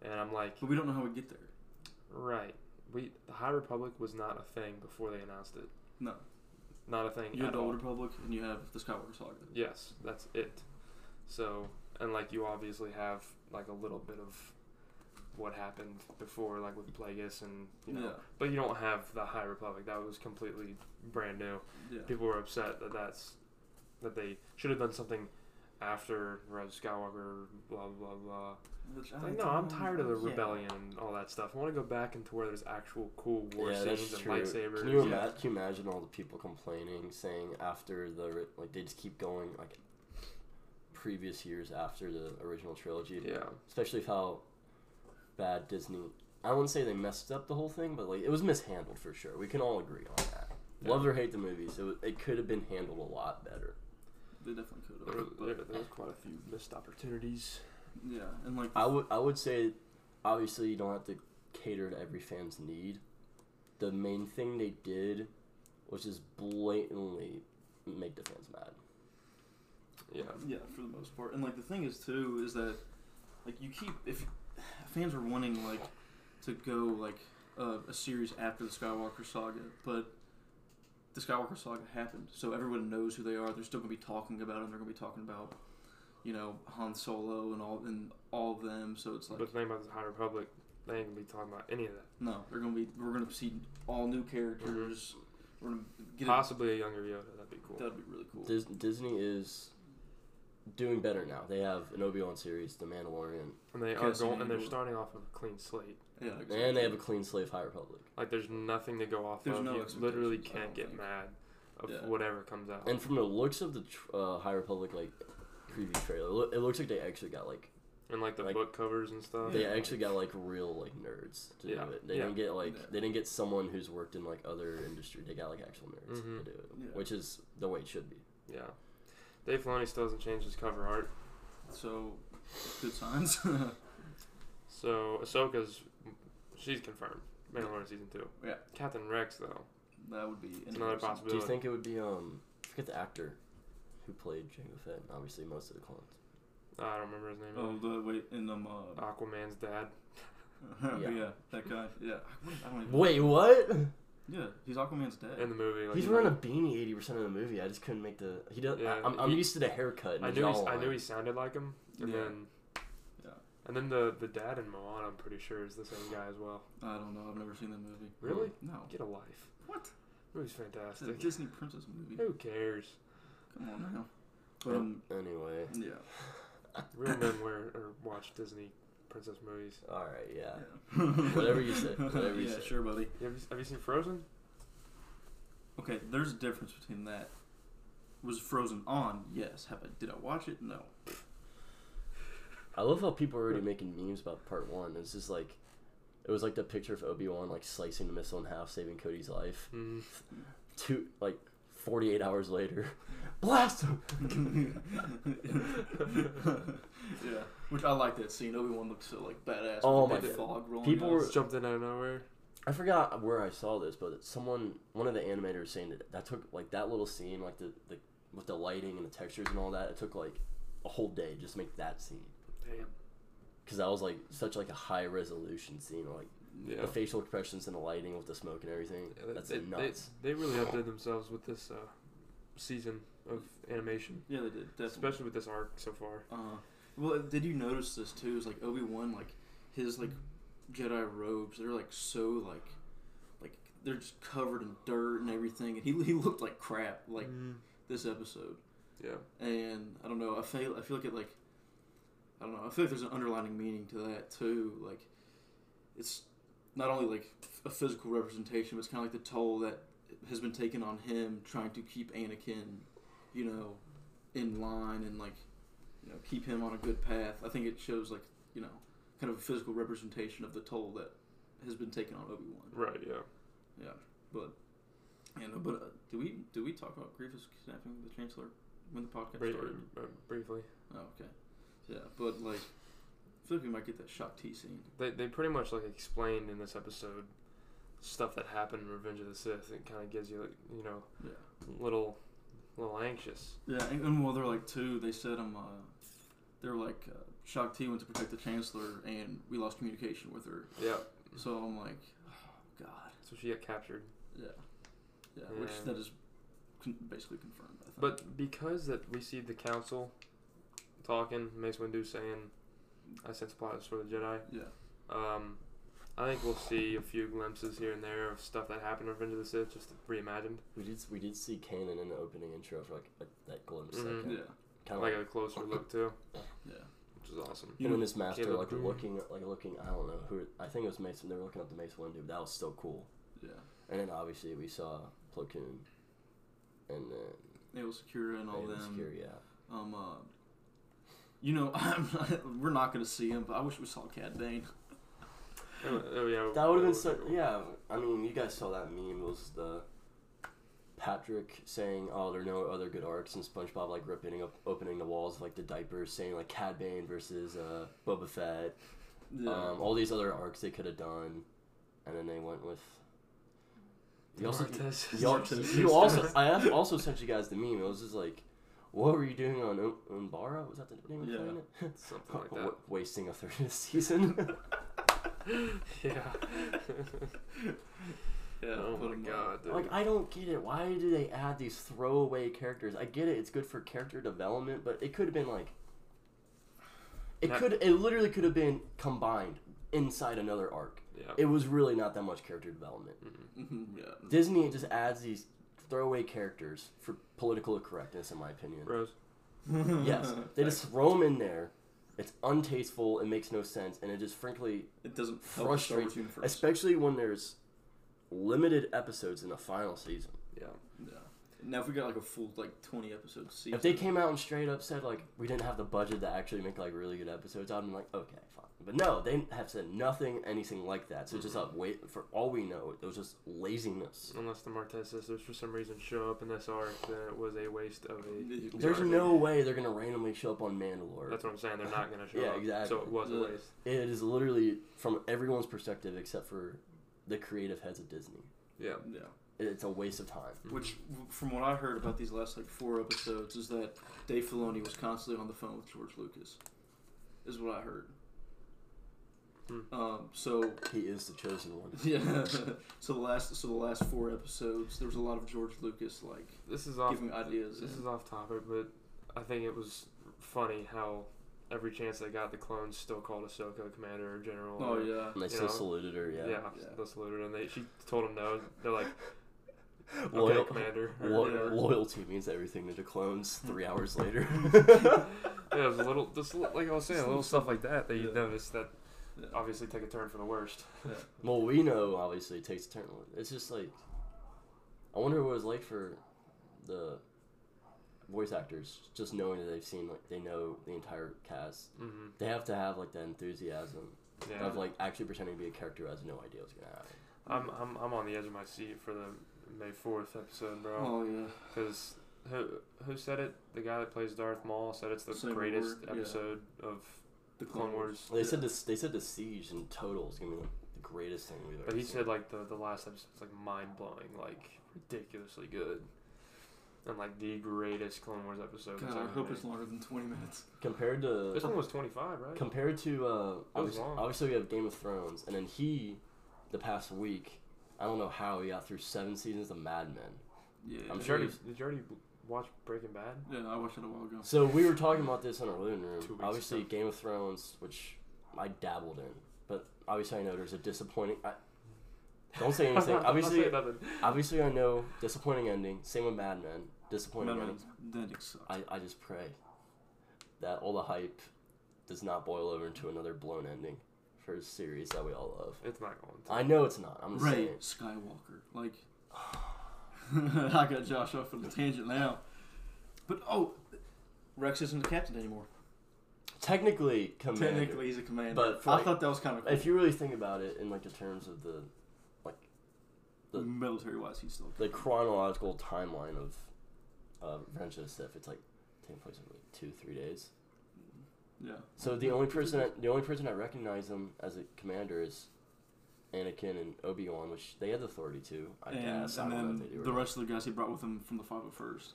[SPEAKER 1] And I'm like,
[SPEAKER 2] But we don't know how we get there.
[SPEAKER 1] right, we the High Republic was not a thing before they announced it.
[SPEAKER 2] No.
[SPEAKER 1] Not a thing
[SPEAKER 2] You have
[SPEAKER 1] at
[SPEAKER 2] the
[SPEAKER 1] all.
[SPEAKER 2] Old Republic and you have the Skywalker Saga.
[SPEAKER 1] Yes, that's it. So, and like you obviously have like a little bit of what happened before, like with Plagueis and you know,
[SPEAKER 2] Yeah.
[SPEAKER 1] but you don't have the High Republic. That was completely brand new.
[SPEAKER 2] Yeah.
[SPEAKER 1] People were upset that that's that they should have done something after Rise of Skywalker. Blah blah blah.
[SPEAKER 2] Which I
[SPEAKER 1] It's Like, no,
[SPEAKER 2] don't
[SPEAKER 1] I'm tired of the
[SPEAKER 2] know. Yeah.
[SPEAKER 1] rebellion and all that stuff. I want to go back into where there's actual cool war
[SPEAKER 3] yeah,
[SPEAKER 1] scenes
[SPEAKER 3] that's
[SPEAKER 1] and
[SPEAKER 3] true.
[SPEAKER 1] lightsabers.
[SPEAKER 3] Can you,
[SPEAKER 2] Yeah.
[SPEAKER 3] ima- can you imagine all the people complaining, saying after the ri- like they just keep going like previous years after the original trilogy,
[SPEAKER 1] yeah,
[SPEAKER 3] especially with how bad Disney. I wouldn't say they messed up the whole thing, but like it was mishandled for sure. We can all agree on that.
[SPEAKER 1] Yeah.
[SPEAKER 3] Love or hate the movies, it, wa- it could have been handled a lot better.
[SPEAKER 2] They definitely could
[SPEAKER 1] there,
[SPEAKER 2] have.
[SPEAKER 1] there, there was quite a few missed opportunities.
[SPEAKER 2] yeah, and like
[SPEAKER 3] I would I would say obviously you don't have to cater to every fan's need. The main thing they did was just blatantly make the fans mad.
[SPEAKER 1] Yeah,
[SPEAKER 2] yeah, for the most part. And like the thing is too is that like you keep if fans are wanting like to go like uh, a series after the Skywalker saga, but the Skywalker saga happened, so everyone knows who they are. They're still gonna be talking about them. They're gonna be talking about you know Han Solo and all and all of them. So it's like
[SPEAKER 1] but the thing about the High Republic, they ain't gonna be talking about any of that.
[SPEAKER 2] no, they're gonna be we're gonna see all new characters. We're gonna get a-
[SPEAKER 1] Possibly a younger Yoda. That'd be cool.
[SPEAKER 2] that'd be really cool.
[SPEAKER 3] Dis- Disney is doing better now. They have an Obi Wan series, The Mandalorian,
[SPEAKER 1] and they are
[SPEAKER 2] Cassian
[SPEAKER 1] going, and they're
[SPEAKER 2] Andor.
[SPEAKER 1] starting off with a clean slate.
[SPEAKER 2] yeah,
[SPEAKER 3] and they have a clean slate of High Republic.
[SPEAKER 1] Like there's nothing to go off
[SPEAKER 2] There's
[SPEAKER 1] of.
[SPEAKER 2] no
[SPEAKER 1] you literally
[SPEAKER 2] expectations, I
[SPEAKER 1] can't
[SPEAKER 2] don't
[SPEAKER 1] get
[SPEAKER 2] think.
[SPEAKER 1] mad of
[SPEAKER 2] Yeah.
[SPEAKER 1] whatever comes out.
[SPEAKER 3] And from the looks of the tr- uh, High Republic like preview trailer, it loo- it looks like they actually got like
[SPEAKER 1] And like the
[SPEAKER 3] like-
[SPEAKER 1] book covers and stuff.
[SPEAKER 3] they actually got like real like nerds to
[SPEAKER 1] Yeah,
[SPEAKER 3] do it. They
[SPEAKER 1] yeah.
[SPEAKER 3] didn't get like
[SPEAKER 2] Yeah.
[SPEAKER 3] they didn't get someone who's worked in like other industry. They got like actual nerds
[SPEAKER 1] Mhm.
[SPEAKER 3] to do it,
[SPEAKER 2] Yeah.
[SPEAKER 3] which is the way it should be.
[SPEAKER 1] Yeah. Dave Filoni still hasn't changed his cover art.
[SPEAKER 2] so good signs.
[SPEAKER 1] So Ahsoka's, she's confirmed. Mandalorian season two.
[SPEAKER 2] Yeah.
[SPEAKER 1] Captain Rex though,
[SPEAKER 2] that would be
[SPEAKER 1] it's another
[SPEAKER 2] interesting.
[SPEAKER 1] possibility.
[SPEAKER 3] Do you think it would be um I forget the actor who played Jango Fett and obviously most of the clones.
[SPEAKER 1] I don't remember his name.
[SPEAKER 2] Oh,
[SPEAKER 3] Mm-hmm.
[SPEAKER 2] the wait, in them, uh,
[SPEAKER 1] Aquaman's dad.
[SPEAKER 2] yeah.
[SPEAKER 3] Yeah.
[SPEAKER 2] that guy, yeah, I don't even,
[SPEAKER 3] Wait, what?
[SPEAKER 2] yeah, he's Aquaman's dad.
[SPEAKER 1] In the movie, like,
[SPEAKER 3] He's
[SPEAKER 1] he-
[SPEAKER 3] wearing a beanie eighty percent of the movie. I just couldn't make the he does.
[SPEAKER 1] Yeah,
[SPEAKER 3] I, I'm, I'm
[SPEAKER 1] he-
[SPEAKER 3] used to the haircut. And
[SPEAKER 1] I
[SPEAKER 3] the
[SPEAKER 1] knew he, I
[SPEAKER 3] jawline.
[SPEAKER 1] knew he sounded like him, and
[SPEAKER 2] Yeah.
[SPEAKER 1] then
[SPEAKER 2] Yeah.
[SPEAKER 1] and then the the dad in Moana, I'm pretty sure is the same guy as well.
[SPEAKER 2] I don't know, I've never seen that movie.
[SPEAKER 1] Really?
[SPEAKER 2] No,
[SPEAKER 1] Get a life.
[SPEAKER 2] Hmm. What?
[SPEAKER 1] Movie's
[SPEAKER 2] it's a
[SPEAKER 1] fantastic.
[SPEAKER 2] Disney princess movie.
[SPEAKER 1] Who cares?
[SPEAKER 2] Come on now. But um,
[SPEAKER 3] Anyway,
[SPEAKER 2] yeah,
[SPEAKER 1] Real men wear or watch Disney princess movies.
[SPEAKER 3] all right, yeah.
[SPEAKER 2] yeah.
[SPEAKER 3] uh, Whatever you say, whatever you
[SPEAKER 2] yeah,
[SPEAKER 3] say.
[SPEAKER 2] sure, buddy.
[SPEAKER 1] You ever- Have you, seen Frozen?
[SPEAKER 2] Okay, there's a difference between that. Was Frozen on? Yes. Have I did I watch it? No.
[SPEAKER 3] I love how people are already making memes about part one. It's just like, it was like the picture of Obi Wan like slicing the missile in half, saving Cody's life.
[SPEAKER 2] Mm-hmm.
[SPEAKER 1] Mm.
[SPEAKER 3] Two like forty eight hours later, blast him.
[SPEAKER 2] yeah, which I like that scene. Obi Wan looks so like badass.
[SPEAKER 3] Oh
[SPEAKER 2] with
[SPEAKER 1] my
[SPEAKER 2] the
[SPEAKER 1] God.
[SPEAKER 2] fog rolling.
[SPEAKER 3] People
[SPEAKER 2] out.
[SPEAKER 3] were-
[SPEAKER 1] Just jumped in out of nowhere.
[SPEAKER 3] I forgot where I saw this, but someone, one of the animators, saying that that took like that little scene, like the, the with the lighting and the textures and all that. It took like a whole day just to make that scene
[SPEAKER 1] Damn.
[SPEAKER 3] because that was like such like a high resolution scene, like
[SPEAKER 1] Yeah.
[SPEAKER 3] the facial expressions and the lighting with the smoke and everything.
[SPEAKER 1] Yeah, they-
[SPEAKER 3] That's
[SPEAKER 1] they,
[SPEAKER 3] nuts.
[SPEAKER 1] They, they really outdid themselves with this uh, season of animation,
[SPEAKER 2] Yeah, they did. Definitely.
[SPEAKER 1] especially with this arc so far.
[SPEAKER 2] Uh, well, did you notice this too? Is like Obi Wan, like his like Jedi robes, they're like so like like they're just covered in dirt and everything, and he he looked like crap like
[SPEAKER 3] Mm.
[SPEAKER 1] Mhm.
[SPEAKER 2] this episode.
[SPEAKER 1] yeah,
[SPEAKER 2] And I don't know, I feel I feel like it like I don't know, I feel like there's an underlining meaning to that too. Like it's not only like a physical representation, but it's kind of like the toll that has been taken on him trying to keep Anakin, you know, in line and like you know keep him on a good path. I think it shows like you know kind of a physical representation of the toll that has been taken on Obi Wan.
[SPEAKER 1] right. Yeah,
[SPEAKER 2] Yeah, but you know, but uh, do we do we talk about Grievous kidnapping the Chancellor? when the podcast
[SPEAKER 1] Bri-
[SPEAKER 2] started?
[SPEAKER 1] uh, briefly.
[SPEAKER 2] Oh, okay. Yeah, but like, I feel like we might get that shock T scene.
[SPEAKER 1] They, they pretty much like explained in this episode stuff that happened in Revenge of the Sith. It kind of gives you like, you know
[SPEAKER 2] Yeah.
[SPEAKER 1] little little anxious.
[SPEAKER 2] Yeah, and, and while they're like two, they said um, uh, they're like uh, shock T went to protect the chancellor, and we lost communication with her.
[SPEAKER 1] Yeah.
[SPEAKER 2] So I'm like, oh god.
[SPEAKER 1] So she got captured.
[SPEAKER 2] Yeah. Yeah, which
[SPEAKER 1] Yeah.
[SPEAKER 2] that is con- basically confirmed. I think.
[SPEAKER 1] But because that we see the council talking, Mace Windu saying, "I sense plots for the Jedi."
[SPEAKER 2] yeah,
[SPEAKER 1] Um, I think we'll see a few glimpses here and there of stuff that happened in Revenge of the Sith, just reimagined,
[SPEAKER 3] We did we did see Kanan in the opening intro for like a, that glimpse,
[SPEAKER 1] Mhm.
[SPEAKER 2] yeah,
[SPEAKER 3] like, kind of
[SPEAKER 1] like
[SPEAKER 3] like,
[SPEAKER 1] a closer look too,
[SPEAKER 2] yeah.
[SPEAKER 1] which is awesome.
[SPEAKER 3] him and his master
[SPEAKER 1] Caleb
[SPEAKER 3] like
[SPEAKER 1] Green.
[SPEAKER 3] looking like looking. I don't know who. I think it was Mason. They were looking up the Mace Windu, but that was still cool.
[SPEAKER 2] Yeah,
[SPEAKER 3] And then obviously we saw Plo Koon, and then
[SPEAKER 2] it was Secura and all
[SPEAKER 3] Rey
[SPEAKER 2] them.
[SPEAKER 3] Mysterio, yeah.
[SPEAKER 2] Um, uh, you know, I'm not, we're not gonna see him, but I wish we saw Cad Bane.
[SPEAKER 1] Oh, oh, yeah,
[SPEAKER 3] That
[SPEAKER 1] oh,
[SPEAKER 3] would have been so. Yeah, I mean, you guys saw that meme. It was the Patrick saying, "Oh, there are no other good arcs," and SpongeBob like ripping up, opening the walls of, like the diapers, saying like Cad Bane versus uh, Boba Fett.
[SPEAKER 2] Yeah,
[SPEAKER 3] Um, all these other arcs they could have done, and then they went with. You also,
[SPEAKER 1] Martez.
[SPEAKER 3] you al-
[SPEAKER 2] Martez.
[SPEAKER 3] you also, I have also sent you guys the meme. It was just like, "What were you doing on Um- Umbara? Was that the name of the
[SPEAKER 2] Yeah.
[SPEAKER 3] planet?
[SPEAKER 1] something like
[SPEAKER 3] W-
[SPEAKER 1] that.
[SPEAKER 3] wasting a third of the season."
[SPEAKER 1] yeah.
[SPEAKER 2] yeah.
[SPEAKER 1] oh
[SPEAKER 2] put
[SPEAKER 1] my
[SPEAKER 2] him up.
[SPEAKER 1] god, dude.
[SPEAKER 3] Like I don't get it. Why do they add these throwaway characters? I get it. It's good for character development, but it could have been like it
[SPEAKER 1] Yeah.
[SPEAKER 3] could it literally could have been combined inside another arc.
[SPEAKER 1] yeah.
[SPEAKER 3] It was really not that much character development.
[SPEAKER 1] Mhm.
[SPEAKER 2] Mhm, yeah.
[SPEAKER 3] Disney just adds these throwaway characters for political correctness in my opinion.
[SPEAKER 1] Rose.
[SPEAKER 3] Yes. They just throw them in there. It's untasteful, it makes no sense, and it just frankly
[SPEAKER 2] It doesn't
[SPEAKER 3] frustrates
[SPEAKER 2] frustrate you first.
[SPEAKER 3] especially when there's limited episodes in the final season.
[SPEAKER 1] Yeah.
[SPEAKER 2] Yeah. Now if we got like a full like twenty episode season,
[SPEAKER 3] If they came out and straight up said like we didn't have the budget to actually make like really good episodes, I'd be like, okay, fine. But no, they have said nothing, anything like that. So it's
[SPEAKER 1] Mm-hmm.
[SPEAKER 3] just like wait for all we know, it was just laziness.
[SPEAKER 1] Unless the Martez sisters for some reason show up in this arc, then it was a waste of a.
[SPEAKER 2] You could
[SPEAKER 3] There's
[SPEAKER 2] argue.
[SPEAKER 3] no way they're gonna randomly show up on Mandalore.
[SPEAKER 1] That's what I'm saying. They're not gonna show
[SPEAKER 3] Yeah,
[SPEAKER 1] up.
[SPEAKER 3] exactly.
[SPEAKER 1] So it was a
[SPEAKER 2] Yeah.
[SPEAKER 1] waste.
[SPEAKER 3] It is literally from everyone's perspective except for the creative heads of Disney.
[SPEAKER 1] Yeah.
[SPEAKER 2] Yeah.
[SPEAKER 3] It's a waste of time.
[SPEAKER 1] Mm-hmm.
[SPEAKER 2] Which, w- from what I heard about these last like four episodes, is that Dave Filoni was constantly on the phone with George Lucas, is what I heard.
[SPEAKER 1] Hmm.
[SPEAKER 2] Um, so
[SPEAKER 3] He is the chosen one.
[SPEAKER 2] yeah, so the last so the last four episodes, there was a lot of George Lucas like
[SPEAKER 1] This is off.
[SPEAKER 2] giving ideas.
[SPEAKER 1] This
[SPEAKER 2] and-
[SPEAKER 1] is off topic, but I think it was funny how every chance they got, the clones still called Ahsoka commander or general.
[SPEAKER 2] oh
[SPEAKER 1] or,
[SPEAKER 2] yeah,
[SPEAKER 3] And they
[SPEAKER 1] You
[SPEAKER 3] still
[SPEAKER 1] know?
[SPEAKER 3] saluted her,
[SPEAKER 1] Yeah,
[SPEAKER 3] yeah.
[SPEAKER 2] Yeah.
[SPEAKER 1] that's literally. And they, she told him no. They're like, okay,
[SPEAKER 3] Loyal-
[SPEAKER 1] commander. or
[SPEAKER 3] Lo-
[SPEAKER 1] whatever.
[SPEAKER 3] Loyalty means everything to the clones three hours later.
[SPEAKER 1] Yeah, it was a little, just li- like I was saying, little stuff like that that you
[SPEAKER 2] Yeah.
[SPEAKER 1] notice that
[SPEAKER 2] Yeah.
[SPEAKER 1] obviously take a turn for the worst.
[SPEAKER 2] yeah.
[SPEAKER 3] Well, we know obviously it takes a turn. It's just like I wonder what it was like for the voice actors, just knowing that they've seen like they know the entire cast.
[SPEAKER 1] hmm
[SPEAKER 2] Mm-hmm.
[SPEAKER 3] They have to have like that enthusiasm
[SPEAKER 1] Yeah,
[SPEAKER 3] of like actually pretending to be a character who has no idea what's gonna happen.
[SPEAKER 1] I'm,
[SPEAKER 3] um,
[SPEAKER 1] I'm, I'm on the edge of my seat for the May fourth episode, bro.
[SPEAKER 2] Oh yeah,
[SPEAKER 1] Because who, who said it? The guy that plays Darth Maul said it's the
[SPEAKER 2] Civil
[SPEAKER 1] greatest
[SPEAKER 2] War, yeah.
[SPEAKER 1] episode of
[SPEAKER 2] the
[SPEAKER 1] Clone Wars.
[SPEAKER 3] They said this. They said the siege in total is gonna be like, the greatest thing we've ever.
[SPEAKER 1] But he
[SPEAKER 3] seen.
[SPEAKER 1] said like the the last episode's like mind blowing, like ridiculously good, and like the greatest Clone Wars episode. that's
[SPEAKER 2] God, I
[SPEAKER 1] ever
[SPEAKER 2] hope
[SPEAKER 1] made.
[SPEAKER 2] it's longer than twenty minutes.
[SPEAKER 3] compared to
[SPEAKER 1] This one was twenty five, right?
[SPEAKER 3] compared to uh,
[SPEAKER 1] That was
[SPEAKER 3] obviously,
[SPEAKER 1] long.
[SPEAKER 3] obviously we have Game of Thrones, and then he, the past week, I don't know how he got through seven seasons of Mad Men.
[SPEAKER 2] Yeah,
[SPEAKER 3] I'm
[SPEAKER 1] did
[SPEAKER 3] sure
[SPEAKER 1] you already, did you already watch Breaking Bad?
[SPEAKER 2] Yeah, I watched it a while ago.
[SPEAKER 3] So we were talking about this in our living room.
[SPEAKER 1] Two weeks
[SPEAKER 3] Obviously,
[SPEAKER 1] ago.
[SPEAKER 3] Game of Thrones, which I dabbled in, but obviously I know there's a disappointing. I, don't say anything.
[SPEAKER 1] I'm not
[SPEAKER 3] obviously,
[SPEAKER 1] saying nothing.
[SPEAKER 3] obviously I know disappointing ending. Same with Mad Men, disappointing
[SPEAKER 2] Mad
[SPEAKER 3] ending.
[SPEAKER 2] Men's- That dick sucked.
[SPEAKER 3] I, I just pray that all the hype does not boil over into another blown ending for a series that we all love.
[SPEAKER 1] it's not going to.
[SPEAKER 3] I know it's not. I'm just
[SPEAKER 2] Ray
[SPEAKER 3] saying.
[SPEAKER 2] Skywalker. Like, I got Josh off on the tangent now. But oh, Rex isn't the captain anymore.
[SPEAKER 3] Technically, commander.
[SPEAKER 2] Technically, he's a commander.
[SPEAKER 3] But for
[SPEAKER 2] I
[SPEAKER 3] like-
[SPEAKER 2] thought that was kind of cool.
[SPEAKER 3] if you really think about it in like the terms of the the-
[SPEAKER 2] military wise, he's still. a
[SPEAKER 3] the
[SPEAKER 2] captain.
[SPEAKER 3] chronological timeline of uh, Revenge of the Sith, it's like didn't play something like two, three days.
[SPEAKER 2] Yeah.
[SPEAKER 3] So the only person, I, the only person I recognize them as a commander is Anakin and Obi Wan, which they had the authority to. I
[SPEAKER 2] and
[SPEAKER 3] guess I
[SPEAKER 2] and
[SPEAKER 3] don't know
[SPEAKER 2] then
[SPEAKER 3] if they do. Or
[SPEAKER 2] the
[SPEAKER 3] not.
[SPEAKER 2] rest of the guys he brought with him from the 501st.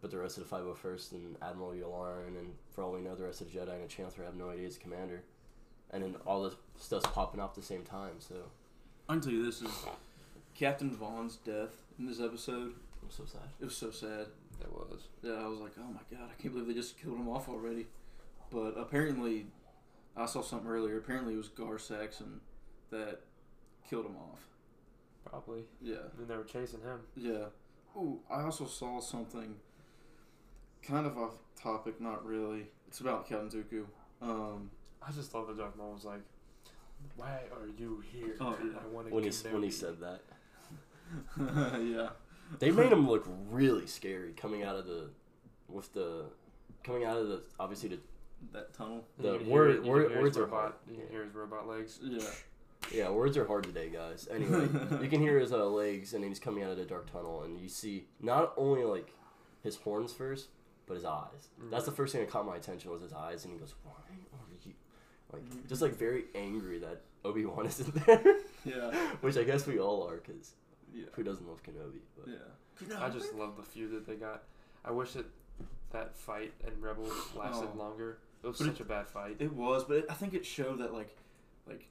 [SPEAKER 3] But the rest of the 501st and Admiral Yularen, and for all we know, the rest of the Jedi and the Chancellor have no idea he's commander. And then all this stuff's popping off at the same time. So
[SPEAKER 2] I can tell you this is Captain Vaughn's death in this episode.
[SPEAKER 3] I'm so sad.
[SPEAKER 2] It was so sad.
[SPEAKER 1] It was.
[SPEAKER 2] that I was like, oh my god, I can't believe they just killed him off already. But apparently, I saw something earlier. Apparently, it was Gar Saxon that killed him off.
[SPEAKER 1] Probably.
[SPEAKER 2] Yeah,
[SPEAKER 1] And they were chasing him.
[SPEAKER 2] yeah. Ooh, I also saw something kind of off topic, not really. It's about Captain Dooku. Um,
[SPEAKER 1] I just thought the Darth Maul was like, "Why are you here?
[SPEAKER 2] Oh, yeah.
[SPEAKER 1] I want to."
[SPEAKER 3] When he s- when he said that,
[SPEAKER 2] yeah,
[SPEAKER 3] they made him look really scary coming out of the with the coming out of the obviously the
[SPEAKER 2] that tunnel.
[SPEAKER 3] The word- word- words are
[SPEAKER 1] robot.
[SPEAKER 3] hard.
[SPEAKER 1] You can
[SPEAKER 3] Yeah.
[SPEAKER 1] hear his robot legs.
[SPEAKER 2] Yeah,
[SPEAKER 3] Yeah, words are hard today, guys. Anyway, you can hear his uh, legs, and he's coming out of the dark tunnel, and you see not only like his horns first, but his eyes.
[SPEAKER 1] Mm.
[SPEAKER 3] That's the first thing that caught my attention was his eyes, and he goes, "Why are you?" Like just like very angry that Obi Wan isn't there,
[SPEAKER 2] yeah,
[SPEAKER 3] which I guess we all are, because
[SPEAKER 2] yeah,
[SPEAKER 3] who doesn't love Kenobi? But
[SPEAKER 2] yeah.
[SPEAKER 1] I just love the feud that they got. I wish that that fight and Rebels lasted
[SPEAKER 2] Oh.
[SPEAKER 1] longer. It was
[SPEAKER 2] But
[SPEAKER 1] such a bad fight.
[SPEAKER 2] It was, but it, I think it showed that like, like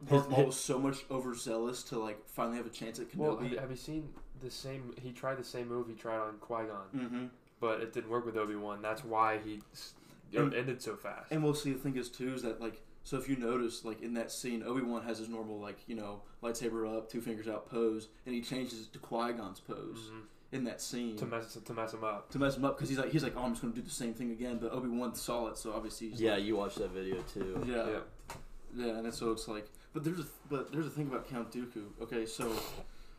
[SPEAKER 3] His-
[SPEAKER 2] Darth Maul
[SPEAKER 3] his-
[SPEAKER 2] was so much overzealous to like finally have a chance at Kenobi.
[SPEAKER 1] Well, have, have you seen the same? He tried the same move he tried on Qui Gon,
[SPEAKER 2] mm-hmm.
[SPEAKER 1] but it didn't work with Obi Wan. That's why he s- it
[SPEAKER 2] And-
[SPEAKER 1] ended so fast.
[SPEAKER 2] And we'll see. The thing is, too, is that like, so if you notice, like in that scene, Obi Wan has his normal like, you know, lightsaber up, two fingers out pose, and he changes it to Qui Gon's pose
[SPEAKER 1] Mhm.
[SPEAKER 2] in that scene
[SPEAKER 1] To mess to mess him up.
[SPEAKER 2] to mess him up because he's like, he's like, oh, I'm just gonna do the same thing again. But Obi Wan saw it, so obviously, he's
[SPEAKER 3] yeah, you watched that video too.
[SPEAKER 2] yeah,
[SPEAKER 1] Yeah.
[SPEAKER 2] Yeah, and then so it's like, but there's a but there's a thing about Count Dooku. Okay, so,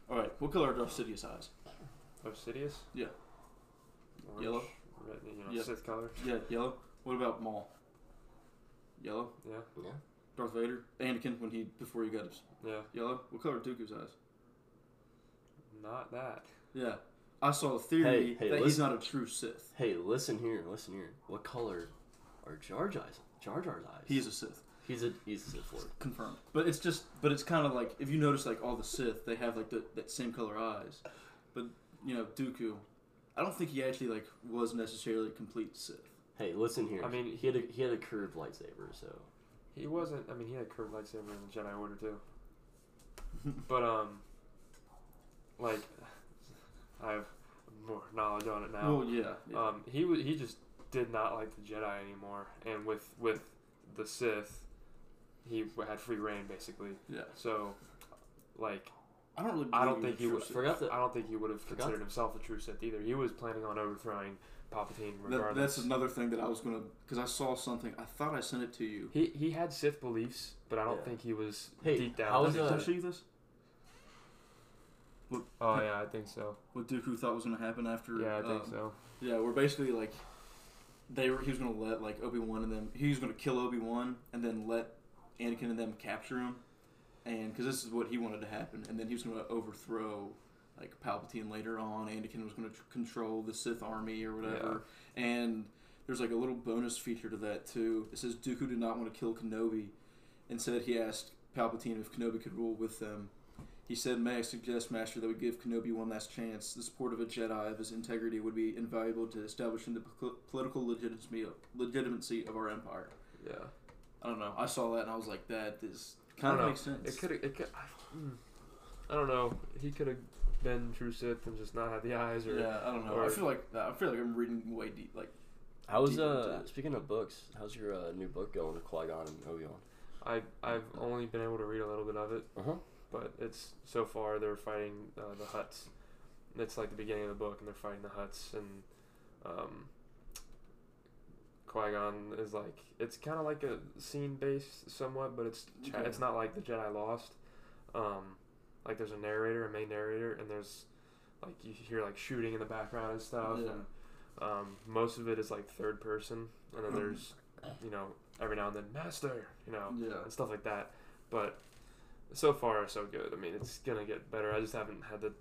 [SPEAKER 2] all right, what color are Darth Sidious eyes?
[SPEAKER 1] Obsidious.
[SPEAKER 2] Yeah.
[SPEAKER 1] Orange,
[SPEAKER 2] Yellow.
[SPEAKER 1] Red, you know,
[SPEAKER 2] Yeah.
[SPEAKER 1] Sith color.
[SPEAKER 2] Yeah, yellow. What about Maul? Yellow.
[SPEAKER 1] Yeah.
[SPEAKER 3] Yeah.
[SPEAKER 2] Darth Vader, Anakin when he before he got his
[SPEAKER 1] Yeah.
[SPEAKER 2] yellow. What color are Dooku's eyes?
[SPEAKER 1] Not that.
[SPEAKER 2] Yeah, I saw a theory
[SPEAKER 3] Hey, hey,
[SPEAKER 2] that he's
[SPEAKER 3] listen-
[SPEAKER 2] not a true Sith.
[SPEAKER 3] Hey, listen here, listen here. What color are Jar Jar's Jar Jar's eyes?
[SPEAKER 2] He is a Sith,
[SPEAKER 3] he's a he's a Sith Lord.
[SPEAKER 2] confirmed. But it's just, but it's kind of like if you notice, like all the Sith, they have like the, that same color eyes. But you know, Dooku, I don't think he actually like was necessarily a complete Sith.
[SPEAKER 3] Hey, listen here.
[SPEAKER 1] I mean,
[SPEAKER 3] he had a, he had a curved lightsaber, so
[SPEAKER 1] He wasn't. I mean, he had curved lightsaber in the Jedi Order too. but um, like, I have more knowledge on it now.
[SPEAKER 2] Well, yeah, yeah.
[SPEAKER 1] Um, he wa he just did not like the Jedi anymore, and with with the Sith, he w- had free reign basically.
[SPEAKER 2] yeah.
[SPEAKER 1] So, like,
[SPEAKER 2] I don't really.
[SPEAKER 1] I don't
[SPEAKER 2] believe
[SPEAKER 1] think
[SPEAKER 2] he's
[SPEAKER 1] he
[SPEAKER 2] a
[SPEAKER 1] would-
[SPEAKER 2] true Sith.
[SPEAKER 3] forgot that
[SPEAKER 1] I don't think he would have
[SPEAKER 3] Forgot
[SPEAKER 1] considered himself a true Sith either. He was planning on overthrowing Palpatine
[SPEAKER 2] That,
[SPEAKER 1] regardless.
[SPEAKER 2] that's another thing that I was gonna because I saw something. I thought I sent it to you.
[SPEAKER 1] he he had Sith beliefs, but I don't
[SPEAKER 3] Yeah.
[SPEAKER 1] think he was
[SPEAKER 3] Hey,
[SPEAKER 1] deep down.
[SPEAKER 3] how is
[SPEAKER 2] Did I
[SPEAKER 3] uh,
[SPEAKER 2] show you this?
[SPEAKER 1] oh yeah, I think so.
[SPEAKER 2] What Dooku thought was gonna happen after?
[SPEAKER 1] Yeah, I think
[SPEAKER 2] um,
[SPEAKER 1] so.
[SPEAKER 2] Yeah, we're basically like they were. He was gonna let like Obi Wan and them. He was gonna kill Obi Wan and then let Anakin and them capture him, and because this is what he wanted to happen. And then he was gonna overthrow like Palpatine later on. Anakin was gonna tr- control the Sith army or whatever. And there's like a little bonus feature to that too. It says Dooku did not want to kill Kenobi. Instead, he asked Palpatine if Kenobi could rule with them. He said, May I suggest, Master, that we give Kenobi one last chance? The support of a Jedi of his integrity would be invaluable to establishing the po- political legitimacy legitimacy of our empire.
[SPEAKER 1] Yeah.
[SPEAKER 2] I don't know. I saw that and I was like, that is
[SPEAKER 1] I don't
[SPEAKER 2] kind
[SPEAKER 1] know.
[SPEAKER 2] of makes sense.
[SPEAKER 1] It could. It could. I, mm. I don't know. He could have been true Sith and just not had the eyes, or
[SPEAKER 2] Yeah, I don't know.
[SPEAKER 1] or-
[SPEAKER 2] I feel like I feel like I'm reading way deep. Like,
[SPEAKER 3] How's
[SPEAKER 2] deep into
[SPEAKER 3] uh
[SPEAKER 2] it.
[SPEAKER 3] speaking of books? How's your uh, new book going, Qui Gon and Obi Wan?
[SPEAKER 1] I I've only been able to read a little bit of it,
[SPEAKER 3] Uh huh.
[SPEAKER 1] but it's so far they're fighting uh, the Huts. And It's like the beginning of the book, and they're fighting the Huts, and um, Qui Gon is like it's kind of like a scene based somewhat, but it's cha-
[SPEAKER 2] Okay.
[SPEAKER 1] it's not like the Jedi Lost. Um, like there's a narrator, a main narrator, and there's like you hear like shooting in the background and stuff,
[SPEAKER 2] yeah.
[SPEAKER 1] and Um, most of it is like third person, and then
[SPEAKER 2] Mhm.
[SPEAKER 1] there's, you know, every now and then master, you know,
[SPEAKER 2] yeah,
[SPEAKER 1] and stuff like that. But so far, so good. I mean, it's gonna get better. I just haven't had the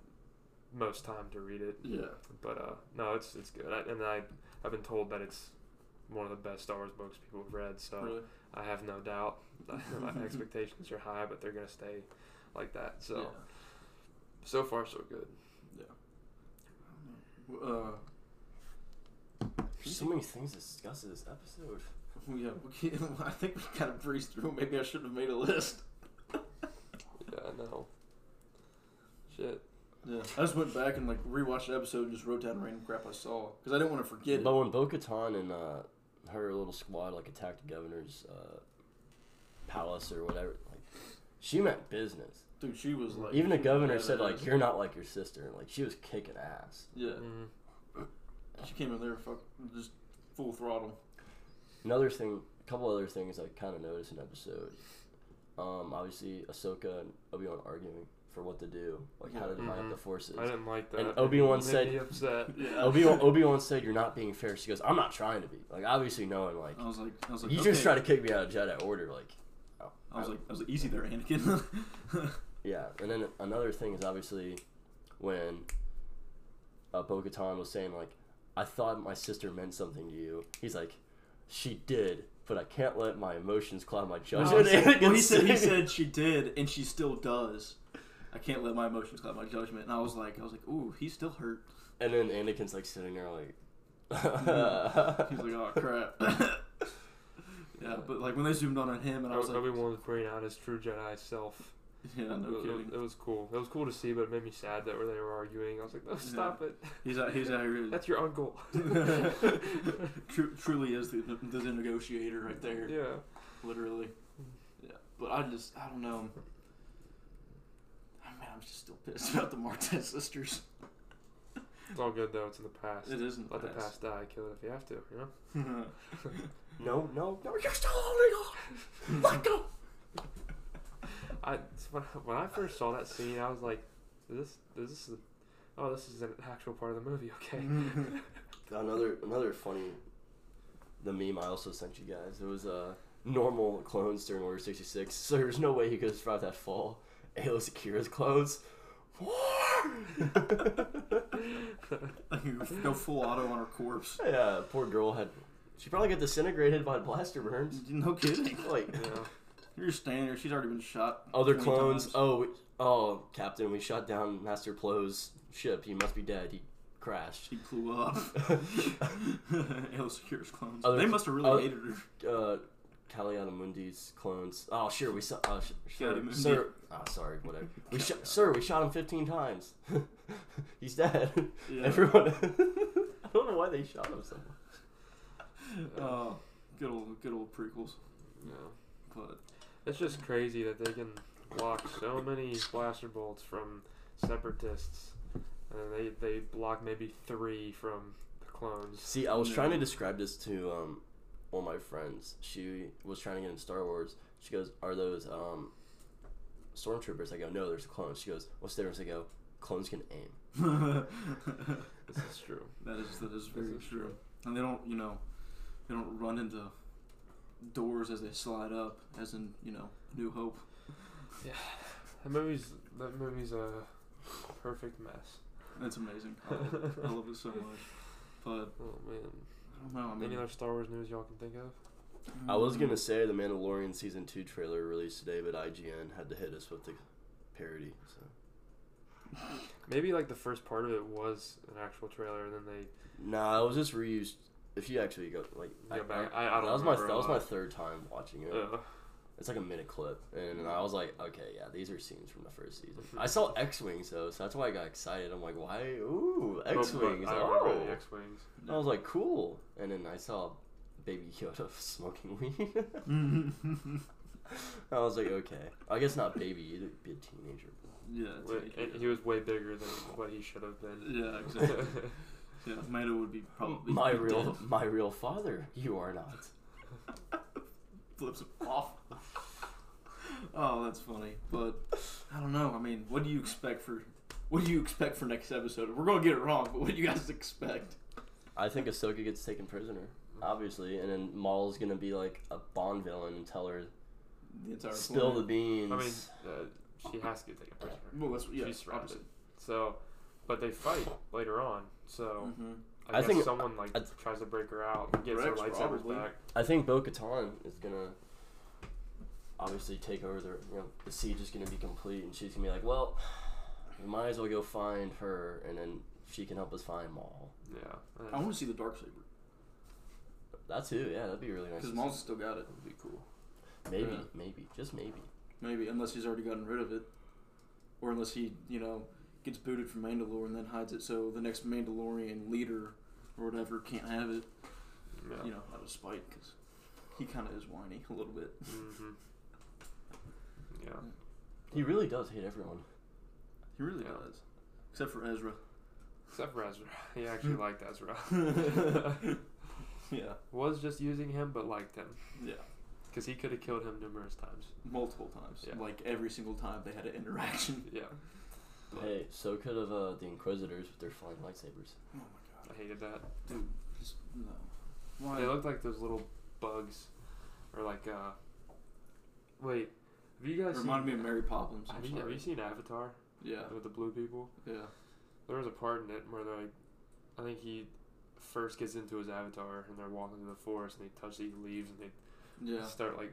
[SPEAKER 1] most time to read it.
[SPEAKER 2] Yeah.
[SPEAKER 1] But uh, no, it's it's good. I, and I I've been told that it's one of the best Star Wars books people have read. So
[SPEAKER 2] Really.
[SPEAKER 1] I have no doubt. My expectations are high, but they're gonna stay like that. So so far so good.
[SPEAKER 2] Yeah. yeah. Uh,
[SPEAKER 3] There's so many things to discuss in this episode.
[SPEAKER 2] well, yeah, we can't, I think we gotta breeze through. Maybe I should have made a list.
[SPEAKER 1] Yeah, I know. Shit.
[SPEAKER 2] Yeah. I just went back and like rewatched the episode and just wrote down random crap I saw because I didn't want to forget it.
[SPEAKER 3] But when Bo Katan and uh, her little squad like attacked the governor's uh, palace or whatever, like she meant business.
[SPEAKER 2] Dude, she was like.
[SPEAKER 3] Even the
[SPEAKER 2] she was
[SPEAKER 3] governor
[SPEAKER 2] mad
[SPEAKER 3] said
[SPEAKER 2] at
[SPEAKER 3] like
[SPEAKER 2] us.
[SPEAKER 3] you're not like your sister. and, Like she was kicking ass.
[SPEAKER 2] Yeah.
[SPEAKER 1] Mhm.
[SPEAKER 2] She came in there, fuck, just full throttle.
[SPEAKER 3] Another thing, a couple other things I kind of noticed in the episode. Um, obviously Ahsoka and Obi Wan arguing for what to do, like how to divide
[SPEAKER 2] Mm-hmm.
[SPEAKER 1] Mhm.
[SPEAKER 3] up the forces.
[SPEAKER 1] I didn't like that.
[SPEAKER 3] And Obi-Wan
[SPEAKER 1] Made
[SPEAKER 3] said-
[SPEAKER 1] me upset.
[SPEAKER 2] Yeah.
[SPEAKER 3] Obi Wan Obi Wan said you're not being fair. She goes, I'm not trying to be. Like obviously knowing like
[SPEAKER 2] I was like, I was like,
[SPEAKER 3] you
[SPEAKER 2] okay.
[SPEAKER 3] just try to kick me out of Jedi Order. Like
[SPEAKER 2] I was like, I was like, easy there, Anakin.
[SPEAKER 3] Yeah, and then another thing is obviously when uh, Bo Katan was saying, like, I thought my sister meant something to you. He's like, she did, but I can't let my emotions cloud my judgment.
[SPEAKER 2] well, he
[SPEAKER 3] Anakin's
[SPEAKER 2] said he
[SPEAKER 3] saying-
[SPEAKER 2] said she did, and she still does. I can't let my emotions cloud my judgment. And I was like, I was like, ooh, he's still hurt.
[SPEAKER 3] And then Anakin's, like, sitting there, like,
[SPEAKER 2] He's like, oh crap. yeah, but like when they zoomed on on him, and I was like,
[SPEAKER 1] Obi Wan was bringing out his true Jedi self.
[SPEAKER 2] yeah,
[SPEAKER 1] it,
[SPEAKER 2] no
[SPEAKER 1] was- it was-
[SPEAKER 2] kidding.
[SPEAKER 1] it was cool. It was cool to see, but it made me sad that they were arguing. I was like, no, stop it.
[SPEAKER 2] He's out, he's out here.
[SPEAKER 1] That's your uncle.
[SPEAKER 2] Tru- truly is the, the negotiator right there.
[SPEAKER 1] yeah.
[SPEAKER 2] literally. Yeah, but I just I don't know. I mean, I'm just still pissed about the Martez sisters.
[SPEAKER 1] It's all good though. It's in the past.
[SPEAKER 2] It isn't
[SPEAKER 1] Let the past die. Kill it if you have to. You know.
[SPEAKER 3] no, no, no, you're still holding on. Let go.
[SPEAKER 1] I it's when, I- when I first saw that scene, I was like, is this is this the oh this is an actual part of the movie. Okay.
[SPEAKER 3] Another, another funny, the meme I also sent you guys. It was uh, normal clones during Order 66, so there's no way he could survive that fall. Ayla Akira's clones. War!
[SPEAKER 2] Go full auto on her corpse.
[SPEAKER 3] yeah, poor girl had. She probably got disintegrated by blaster burns.
[SPEAKER 2] No kidding.
[SPEAKER 3] Like,
[SPEAKER 1] yeah.
[SPEAKER 2] You're standing there. She's already been shot.
[SPEAKER 3] other
[SPEAKER 2] 20
[SPEAKER 3] clones.
[SPEAKER 2] times.
[SPEAKER 3] Oh, we, oh, Captain, we shot down Master Plo's ship. He must be dead. He crashed.
[SPEAKER 2] She blew up. Hell secures clones.
[SPEAKER 3] Other-
[SPEAKER 2] they must have really
[SPEAKER 3] other-
[SPEAKER 2] hated her.
[SPEAKER 3] uh, Kaliana Mundi's clones. Oh, sure, we saw. Oh, sh- sure,
[SPEAKER 2] Kaliana Mundi.
[SPEAKER 3] sir. Oh, sorry, whatever. We shot, sir, we shot him 15 times. He's dead.
[SPEAKER 2] Yeah.
[SPEAKER 3] Everyone. I don't know why they shot him so much.
[SPEAKER 2] Oh, good old, good old prequels.
[SPEAKER 1] Yeah.
[SPEAKER 2] But
[SPEAKER 1] It's just crazy that they can block so many blaster bolts from separatists, and then they they block maybe three from the clones.
[SPEAKER 3] See, I was
[SPEAKER 2] No.
[SPEAKER 3] trying to describe this to um, one of my friends. She was trying to get into Star Wars. She goes, "Are those um, stormtroopers?" I go, "No, there's clones." She goes, "What's the difference?" I go, "Clones can aim."
[SPEAKER 2] that
[SPEAKER 1] This is true.
[SPEAKER 2] is that is
[SPEAKER 1] This
[SPEAKER 2] very
[SPEAKER 1] is
[SPEAKER 2] true. And they don't, you know, they don't run into doors as they slide up, as in, you know, New Hope.
[SPEAKER 1] That movie's that movie's a perfect mess.
[SPEAKER 2] That's amazing. I love, it. I love it so much. But
[SPEAKER 1] Oh man.
[SPEAKER 2] I don't know. I mean, mm.
[SPEAKER 1] Any other Star Wars news y'all can think of?
[SPEAKER 3] I was gonna say the Mandalorian season two trailer released today, but IGN had to hit us with the parody. So
[SPEAKER 1] Maybe like the first part of it was an actual trailer, and then they
[SPEAKER 3] nah, it was just reused. If you actually go like,
[SPEAKER 1] go back. I, I don't
[SPEAKER 3] that was my
[SPEAKER 1] remember
[SPEAKER 3] that
[SPEAKER 1] a
[SPEAKER 3] was my
[SPEAKER 1] lot.
[SPEAKER 3] third time watching it.
[SPEAKER 1] Uh,
[SPEAKER 3] It's like a minute clip, and I was like, okay, yeah, these are scenes from the first season. I saw X Wings though, so that's why I got excited. I'm like, why? Ooh,
[SPEAKER 1] but- but
[SPEAKER 3] X Wings!
[SPEAKER 1] I remember
[SPEAKER 3] Oh,
[SPEAKER 1] the X Wings.
[SPEAKER 3] I was like, cool. And then I saw Baby Yoda smoking weed. I was like, okay, I guess not baby, you'd be a teenager.
[SPEAKER 2] yeah,
[SPEAKER 1] Wait,
[SPEAKER 2] it's
[SPEAKER 1] and he was way bigger than what he should have been.
[SPEAKER 2] yeah, exactly. yeah, Mando would be probably
[SPEAKER 3] my
[SPEAKER 2] be
[SPEAKER 3] real,
[SPEAKER 2] dead.
[SPEAKER 3] my real father. You are not.
[SPEAKER 2] flips him off. oh, that's funny. But I don't know. I mean, what do you expect for? What do you expect for next episode? We're gonna get it wrong, but what do you guys expect?
[SPEAKER 3] I think Ahsoka gets taken prisoner, obviously, and then Maul's gonna be like a Bond villain and tell her
[SPEAKER 2] The entire
[SPEAKER 3] spill the
[SPEAKER 2] planet?
[SPEAKER 3] beans.
[SPEAKER 1] I mean, uh, she has to get taken prisoner.
[SPEAKER 2] Well, that's yeah,
[SPEAKER 1] She's surrounded.
[SPEAKER 2] obviously.
[SPEAKER 1] So but they fight later on. So
[SPEAKER 2] Mhm.
[SPEAKER 1] I,
[SPEAKER 3] Mm. I
[SPEAKER 1] guess
[SPEAKER 3] think-
[SPEAKER 1] someone like
[SPEAKER 3] I-
[SPEAKER 1] tries to break her out and gets her
[SPEAKER 2] Rex
[SPEAKER 1] lightsabers
[SPEAKER 2] probably.
[SPEAKER 1] back.
[SPEAKER 3] I think Bo Katan is gonna obviously take over the you know, the siege is gonna be complete and she's gonna be like, Well we might as well go find her and then she can help us find Maul.
[SPEAKER 1] Yeah,
[SPEAKER 2] I
[SPEAKER 1] that
[SPEAKER 2] want to see the dark saber
[SPEAKER 3] That's who, yeah, that'd be really nice.
[SPEAKER 2] because
[SPEAKER 3] to
[SPEAKER 2] Maul's still got it.
[SPEAKER 1] would be cool.
[SPEAKER 3] see. Maybe,
[SPEAKER 1] yeah.
[SPEAKER 3] maybe, just maybe.
[SPEAKER 2] Maybe unless he's already gotten rid of it, or unless he you know gets booted from Mandalore and then hides it so the next Mandalorian leader or whatever can't have it.
[SPEAKER 1] Yeah.
[SPEAKER 2] You know out of spite because he kind of is whiny a little bit.
[SPEAKER 1] Mm-hmm. Yeah.
[SPEAKER 3] He really does hate everyone.
[SPEAKER 2] He really
[SPEAKER 1] Yeah.
[SPEAKER 2] does, except for Ezra.
[SPEAKER 1] Except for Ezra. He
[SPEAKER 2] Hmm.
[SPEAKER 1] actually liked Ezra.
[SPEAKER 2] Yeah,
[SPEAKER 1] Was just using him, but liked him.
[SPEAKER 2] yeah,
[SPEAKER 1] Because he could have killed him numerous times.
[SPEAKER 2] multiple times.
[SPEAKER 1] Yeah.
[SPEAKER 2] Like every single time they had an interaction.
[SPEAKER 1] Yeah.
[SPEAKER 3] Hey, so could have uh, the Inquisitors with their flying lightsabers.
[SPEAKER 2] Oh my
[SPEAKER 1] I hated that.
[SPEAKER 2] dude, just no. Why?
[SPEAKER 1] They looked like those little bugs. Or like, uh. Wait. Have you guys
[SPEAKER 2] Remind me
[SPEAKER 1] seen.
[SPEAKER 2] of Mary Poppins. I'm
[SPEAKER 1] have, you, have
[SPEAKER 2] sorry.
[SPEAKER 1] you seen Avatar?
[SPEAKER 2] Yeah,
[SPEAKER 1] With the blue people?
[SPEAKER 2] yeah.
[SPEAKER 1] There was a part in it where they're like. I think he first gets into his avatar and they're walking through the forest and they touch these leaves and they
[SPEAKER 2] Yeah.
[SPEAKER 1] start like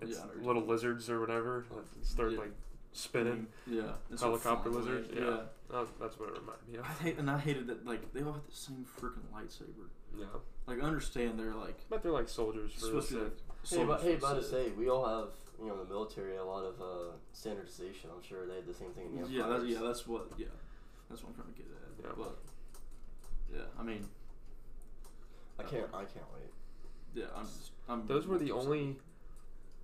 [SPEAKER 1] it's
[SPEAKER 2] Yeah, I know what you're
[SPEAKER 1] little lizards or whatever that start
[SPEAKER 2] Yeah.
[SPEAKER 1] like spinning.
[SPEAKER 2] Yeah. It's
[SPEAKER 1] Helicopter
[SPEAKER 2] a flying
[SPEAKER 1] lizards,
[SPEAKER 2] blade,
[SPEAKER 1] yeah. That- that's what it reminded me
[SPEAKER 2] yeah.
[SPEAKER 1] of.
[SPEAKER 2] Mm-hmm. I hate, and I hated that like they all had the same freaking lightsaber.
[SPEAKER 1] Yeah,
[SPEAKER 2] Like I understand they're like
[SPEAKER 1] but they're like soldiers for the
[SPEAKER 2] supposed to be
[SPEAKER 1] sake.
[SPEAKER 2] like
[SPEAKER 3] Hey, but, hey,
[SPEAKER 2] soldiers,
[SPEAKER 3] by the
[SPEAKER 2] so-
[SPEAKER 3] say, we all have, you know, in the military, a lot of uh, standardization. I'm sure they had the same thing in the
[SPEAKER 2] Yeah, that's,
[SPEAKER 3] Empires.
[SPEAKER 2] yeah, that's what yeah, that's what I'm trying to get at.
[SPEAKER 1] Yeah.
[SPEAKER 2] But yeah, I mean uh,
[SPEAKER 3] I can't, I can't wait.
[SPEAKER 2] yeah, I'm just I'm
[SPEAKER 1] Those were the only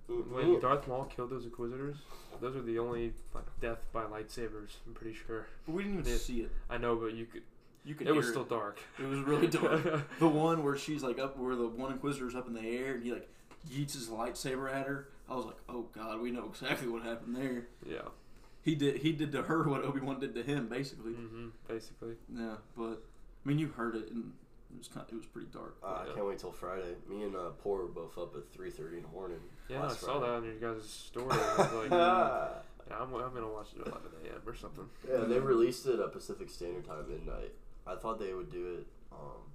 [SPEAKER 1] when Darth Maul killed those Inquisitors. Those are the only like death by lightsabers. I'm pretty sure.
[SPEAKER 2] But we didn't even
[SPEAKER 1] Yeah.
[SPEAKER 2] see it.
[SPEAKER 1] I know, but you could.
[SPEAKER 2] You could
[SPEAKER 1] It was
[SPEAKER 2] hear
[SPEAKER 1] still dark.
[SPEAKER 2] It was really dark. the one where she's like up, where the one inquisitor's up in the air, and he like yeets his lightsaber at her. I was like, oh god, we know exactly what happened there.
[SPEAKER 1] yeah.
[SPEAKER 2] He did, he did to her what Obi Wan did to him, basically.
[SPEAKER 1] hmm Basically.
[SPEAKER 3] Mm-hmm.
[SPEAKER 2] Yeah, but I mean, you heard it, and it was kind, it was pretty dark.
[SPEAKER 3] Uh, I
[SPEAKER 1] Yeah.
[SPEAKER 3] can't wait till Friday. Me and uh, Poor were both up at 3.30 in the morning.
[SPEAKER 1] Yeah,
[SPEAKER 3] last
[SPEAKER 1] I saw that
[SPEAKER 3] Friday.
[SPEAKER 1] on your guys' story. I was like, yeah, I'm, I'm gonna watch it at 11 a.m. or something.
[SPEAKER 3] yeah, they released it at Pacific Standard Time midnight. I thought they would do it. Um,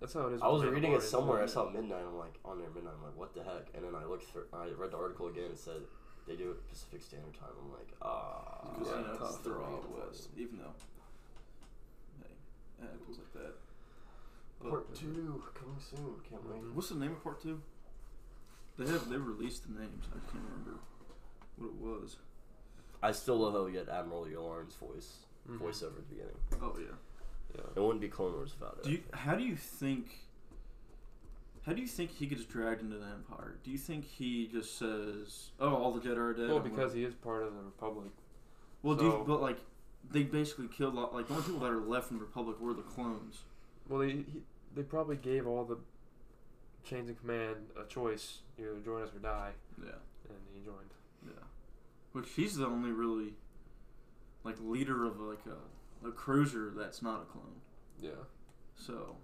[SPEAKER 1] That's how it is.
[SPEAKER 3] I was
[SPEAKER 1] with
[SPEAKER 3] reading it
[SPEAKER 1] Mandalorian.
[SPEAKER 3] somewhere. I saw midnight. I'm like, on there midnight. I'm like, what the heck? And then I looked through. I read the article again. It said they do it Pacific Standard Time. I'm like, ah.
[SPEAKER 1] Uh,
[SPEAKER 2] Because
[SPEAKER 1] Yeah,
[SPEAKER 2] you know,
[SPEAKER 1] tough.
[SPEAKER 2] they're all west, even though hey, it happens like that. But-
[SPEAKER 3] Part two coming soon. Can't wait.
[SPEAKER 1] Mhm.
[SPEAKER 2] What's the name of part two? They have they released the names. I just can't remember what it was.
[SPEAKER 3] I still love how we get Admiral Yulren's voice
[SPEAKER 1] Mhm.
[SPEAKER 3] voiceover at the beginning.
[SPEAKER 2] Oh yeah.
[SPEAKER 1] Yeah.
[SPEAKER 3] It wouldn't be Clone Wars without it.
[SPEAKER 2] Do you, how do you think? How do you think he gets dragged into the Empire? Do you think he just says, "Oh, all the Jedi are dead"?
[SPEAKER 1] Well,
[SPEAKER 2] I'm
[SPEAKER 1] because he is part of the Republic.
[SPEAKER 2] gonna-" well, do you,
[SPEAKER 1] so-
[SPEAKER 2] but like they basically killed all, like the only people that are left from the Republic were the clones.
[SPEAKER 1] Well, they he, they probably gave all the chains of command a choice: either join us or die,
[SPEAKER 2] Yeah,
[SPEAKER 1] and he joined.
[SPEAKER 2] yeah. Which he's the only really like leader of like a, a cruiser that's not a clone.
[SPEAKER 1] Yeah.
[SPEAKER 2] So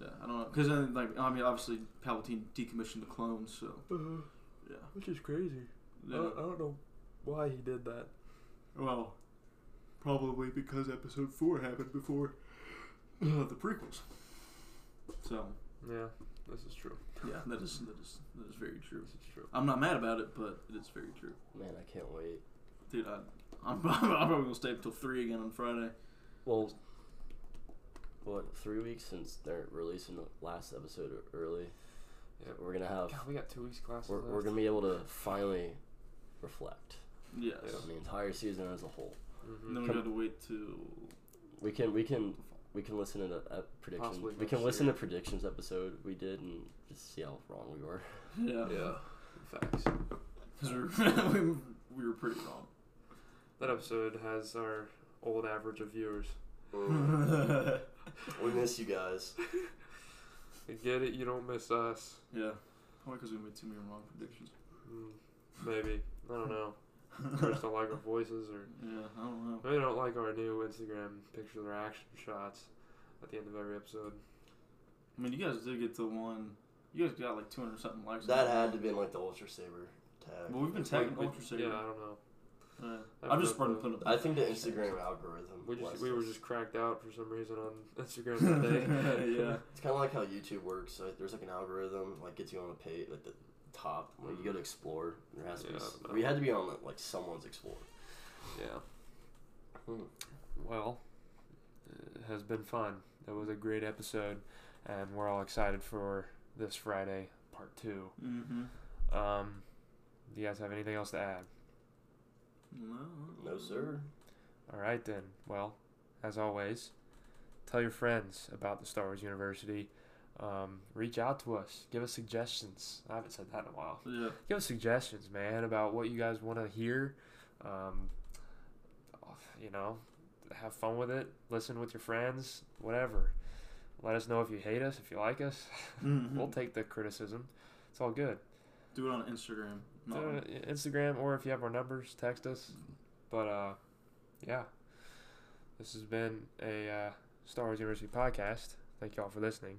[SPEAKER 2] yeah, I don't know because like I mean obviously Palpatine decommissioned the clones, so yeah.
[SPEAKER 1] Uh, Which is crazy.
[SPEAKER 2] yeah.
[SPEAKER 1] don't know why he did that.
[SPEAKER 2] Well, probably because episode four happened before uh, the prequels. So
[SPEAKER 1] Yeah, this is true.
[SPEAKER 2] yeah, that is that is that is very true.
[SPEAKER 1] This is true.
[SPEAKER 2] I'm not mad about it, but it is very true,
[SPEAKER 3] Man, I can't wait.
[SPEAKER 2] dude. I, I'm, I'm probably gonna stay up till three again on Friday.
[SPEAKER 3] Well, what three weeks since they're releasing the last episode e-, early?
[SPEAKER 1] Yeah.
[SPEAKER 3] We're gonna have.
[SPEAKER 1] God, we got two weeks classes.
[SPEAKER 3] We're, we're
[SPEAKER 1] left.
[SPEAKER 3] gonna be able to finally reflect
[SPEAKER 2] Yes.
[SPEAKER 1] Yeah.
[SPEAKER 3] on the entire season as a whole.
[SPEAKER 1] Mhm.
[SPEAKER 2] And then we
[SPEAKER 3] Come-
[SPEAKER 2] gotta wait till
[SPEAKER 3] We can we can we can listen to the uh, predictions.
[SPEAKER 1] Possibly
[SPEAKER 3] We can
[SPEAKER 1] next
[SPEAKER 3] listen
[SPEAKER 1] year.
[SPEAKER 3] to predictions episode we did and just see how wrong we were.
[SPEAKER 2] yeah.
[SPEAKER 1] Yeah. Facts.
[SPEAKER 2] 'Cause we're- we were, we were pretty wrong.
[SPEAKER 1] That episode has our old average of viewers.
[SPEAKER 3] we miss you guys.
[SPEAKER 1] You get it? You don't miss us.
[SPEAKER 2] yeah. Probably because we made too many wrong predictions.
[SPEAKER 1] Mm, maybe. I don't know. Or just don't like our voices, or
[SPEAKER 2] Yeah, I don't know.
[SPEAKER 1] maybe they don't like our new Instagram picture of our action shots at the end of every episode.
[SPEAKER 2] I mean, you guys did get the one. You guys got like 200 something likes.
[SPEAKER 3] That had to been like the Ultra Saber tag.
[SPEAKER 2] Well, we've been
[SPEAKER 1] We-
[SPEAKER 2] tagging
[SPEAKER 1] we-
[SPEAKER 2] Ultra Saber.
[SPEAKER 1] Yeah, I don't know.
[SPEAKER 2] Uh,
[SPEAKER 1] I
[SPEAKER 2] I'm just
[SPEAKER 1] don't know.
[SPEAKER 2] putting putting up.
[SPEAKER 3] I think the Instagram algorithm.
[SPEAKER 1] We just
[SPEAKER 3] blessed
[SPEAKER 1] we were
[SPEAKER 3] us.
[SPEAKER 1] just cracked out for some reason on Instagram that day.
[SPEAKER 2] yeah.
[SPEAKER 3] It's kind of like how YouTube works. So there's like an algorithm, like gets you on a page, like the top. When you go to explore, there has to be.
[SPEAKER 1] Mm-hmm. Yeah,
[SPEAKER 3] s-
[SPEAKER 1] but-
[SPEAKER 3] We had to be on like someone's explore.
[SPEAKER 1] Yeah.
[SPEAKER 3] Hmm.
[SPEAKER 1] Well, it has been fun. That was a great episode, and we're all excited for this Friday part two.
[SPEAKER 2] Mm-hmm.
[SPEAKER 1] Um, do you guys have anything else to add?
[SPEAKER 2] No.
[SPEAKER 3] No sir.
[SPEAKER 1] All right then. Well, as always, tell your friends about the Star Wars University. Um, reach out to us. Give us suggestions. I haven't said that in a while.
[SPEAKER 2] Yeah.
[SPEAKER 1] give us suggestions, man, about what you guys want to hear. Um, you know, have fun with it. Listen with your friends, whatever. Let us know if you hate us, if you like us. We'll take the criticism. It's all good.
[SPEAKER 2] Do it on Instagram. Not
[SPEAKER 1] Uh,
[SPEAKER 2] on-
[SPEAKER 1] Instagram, or if you have our numbers, text us. But uh, yeah, this has been a uh, Star Wars University podcast. Thank you all for listening,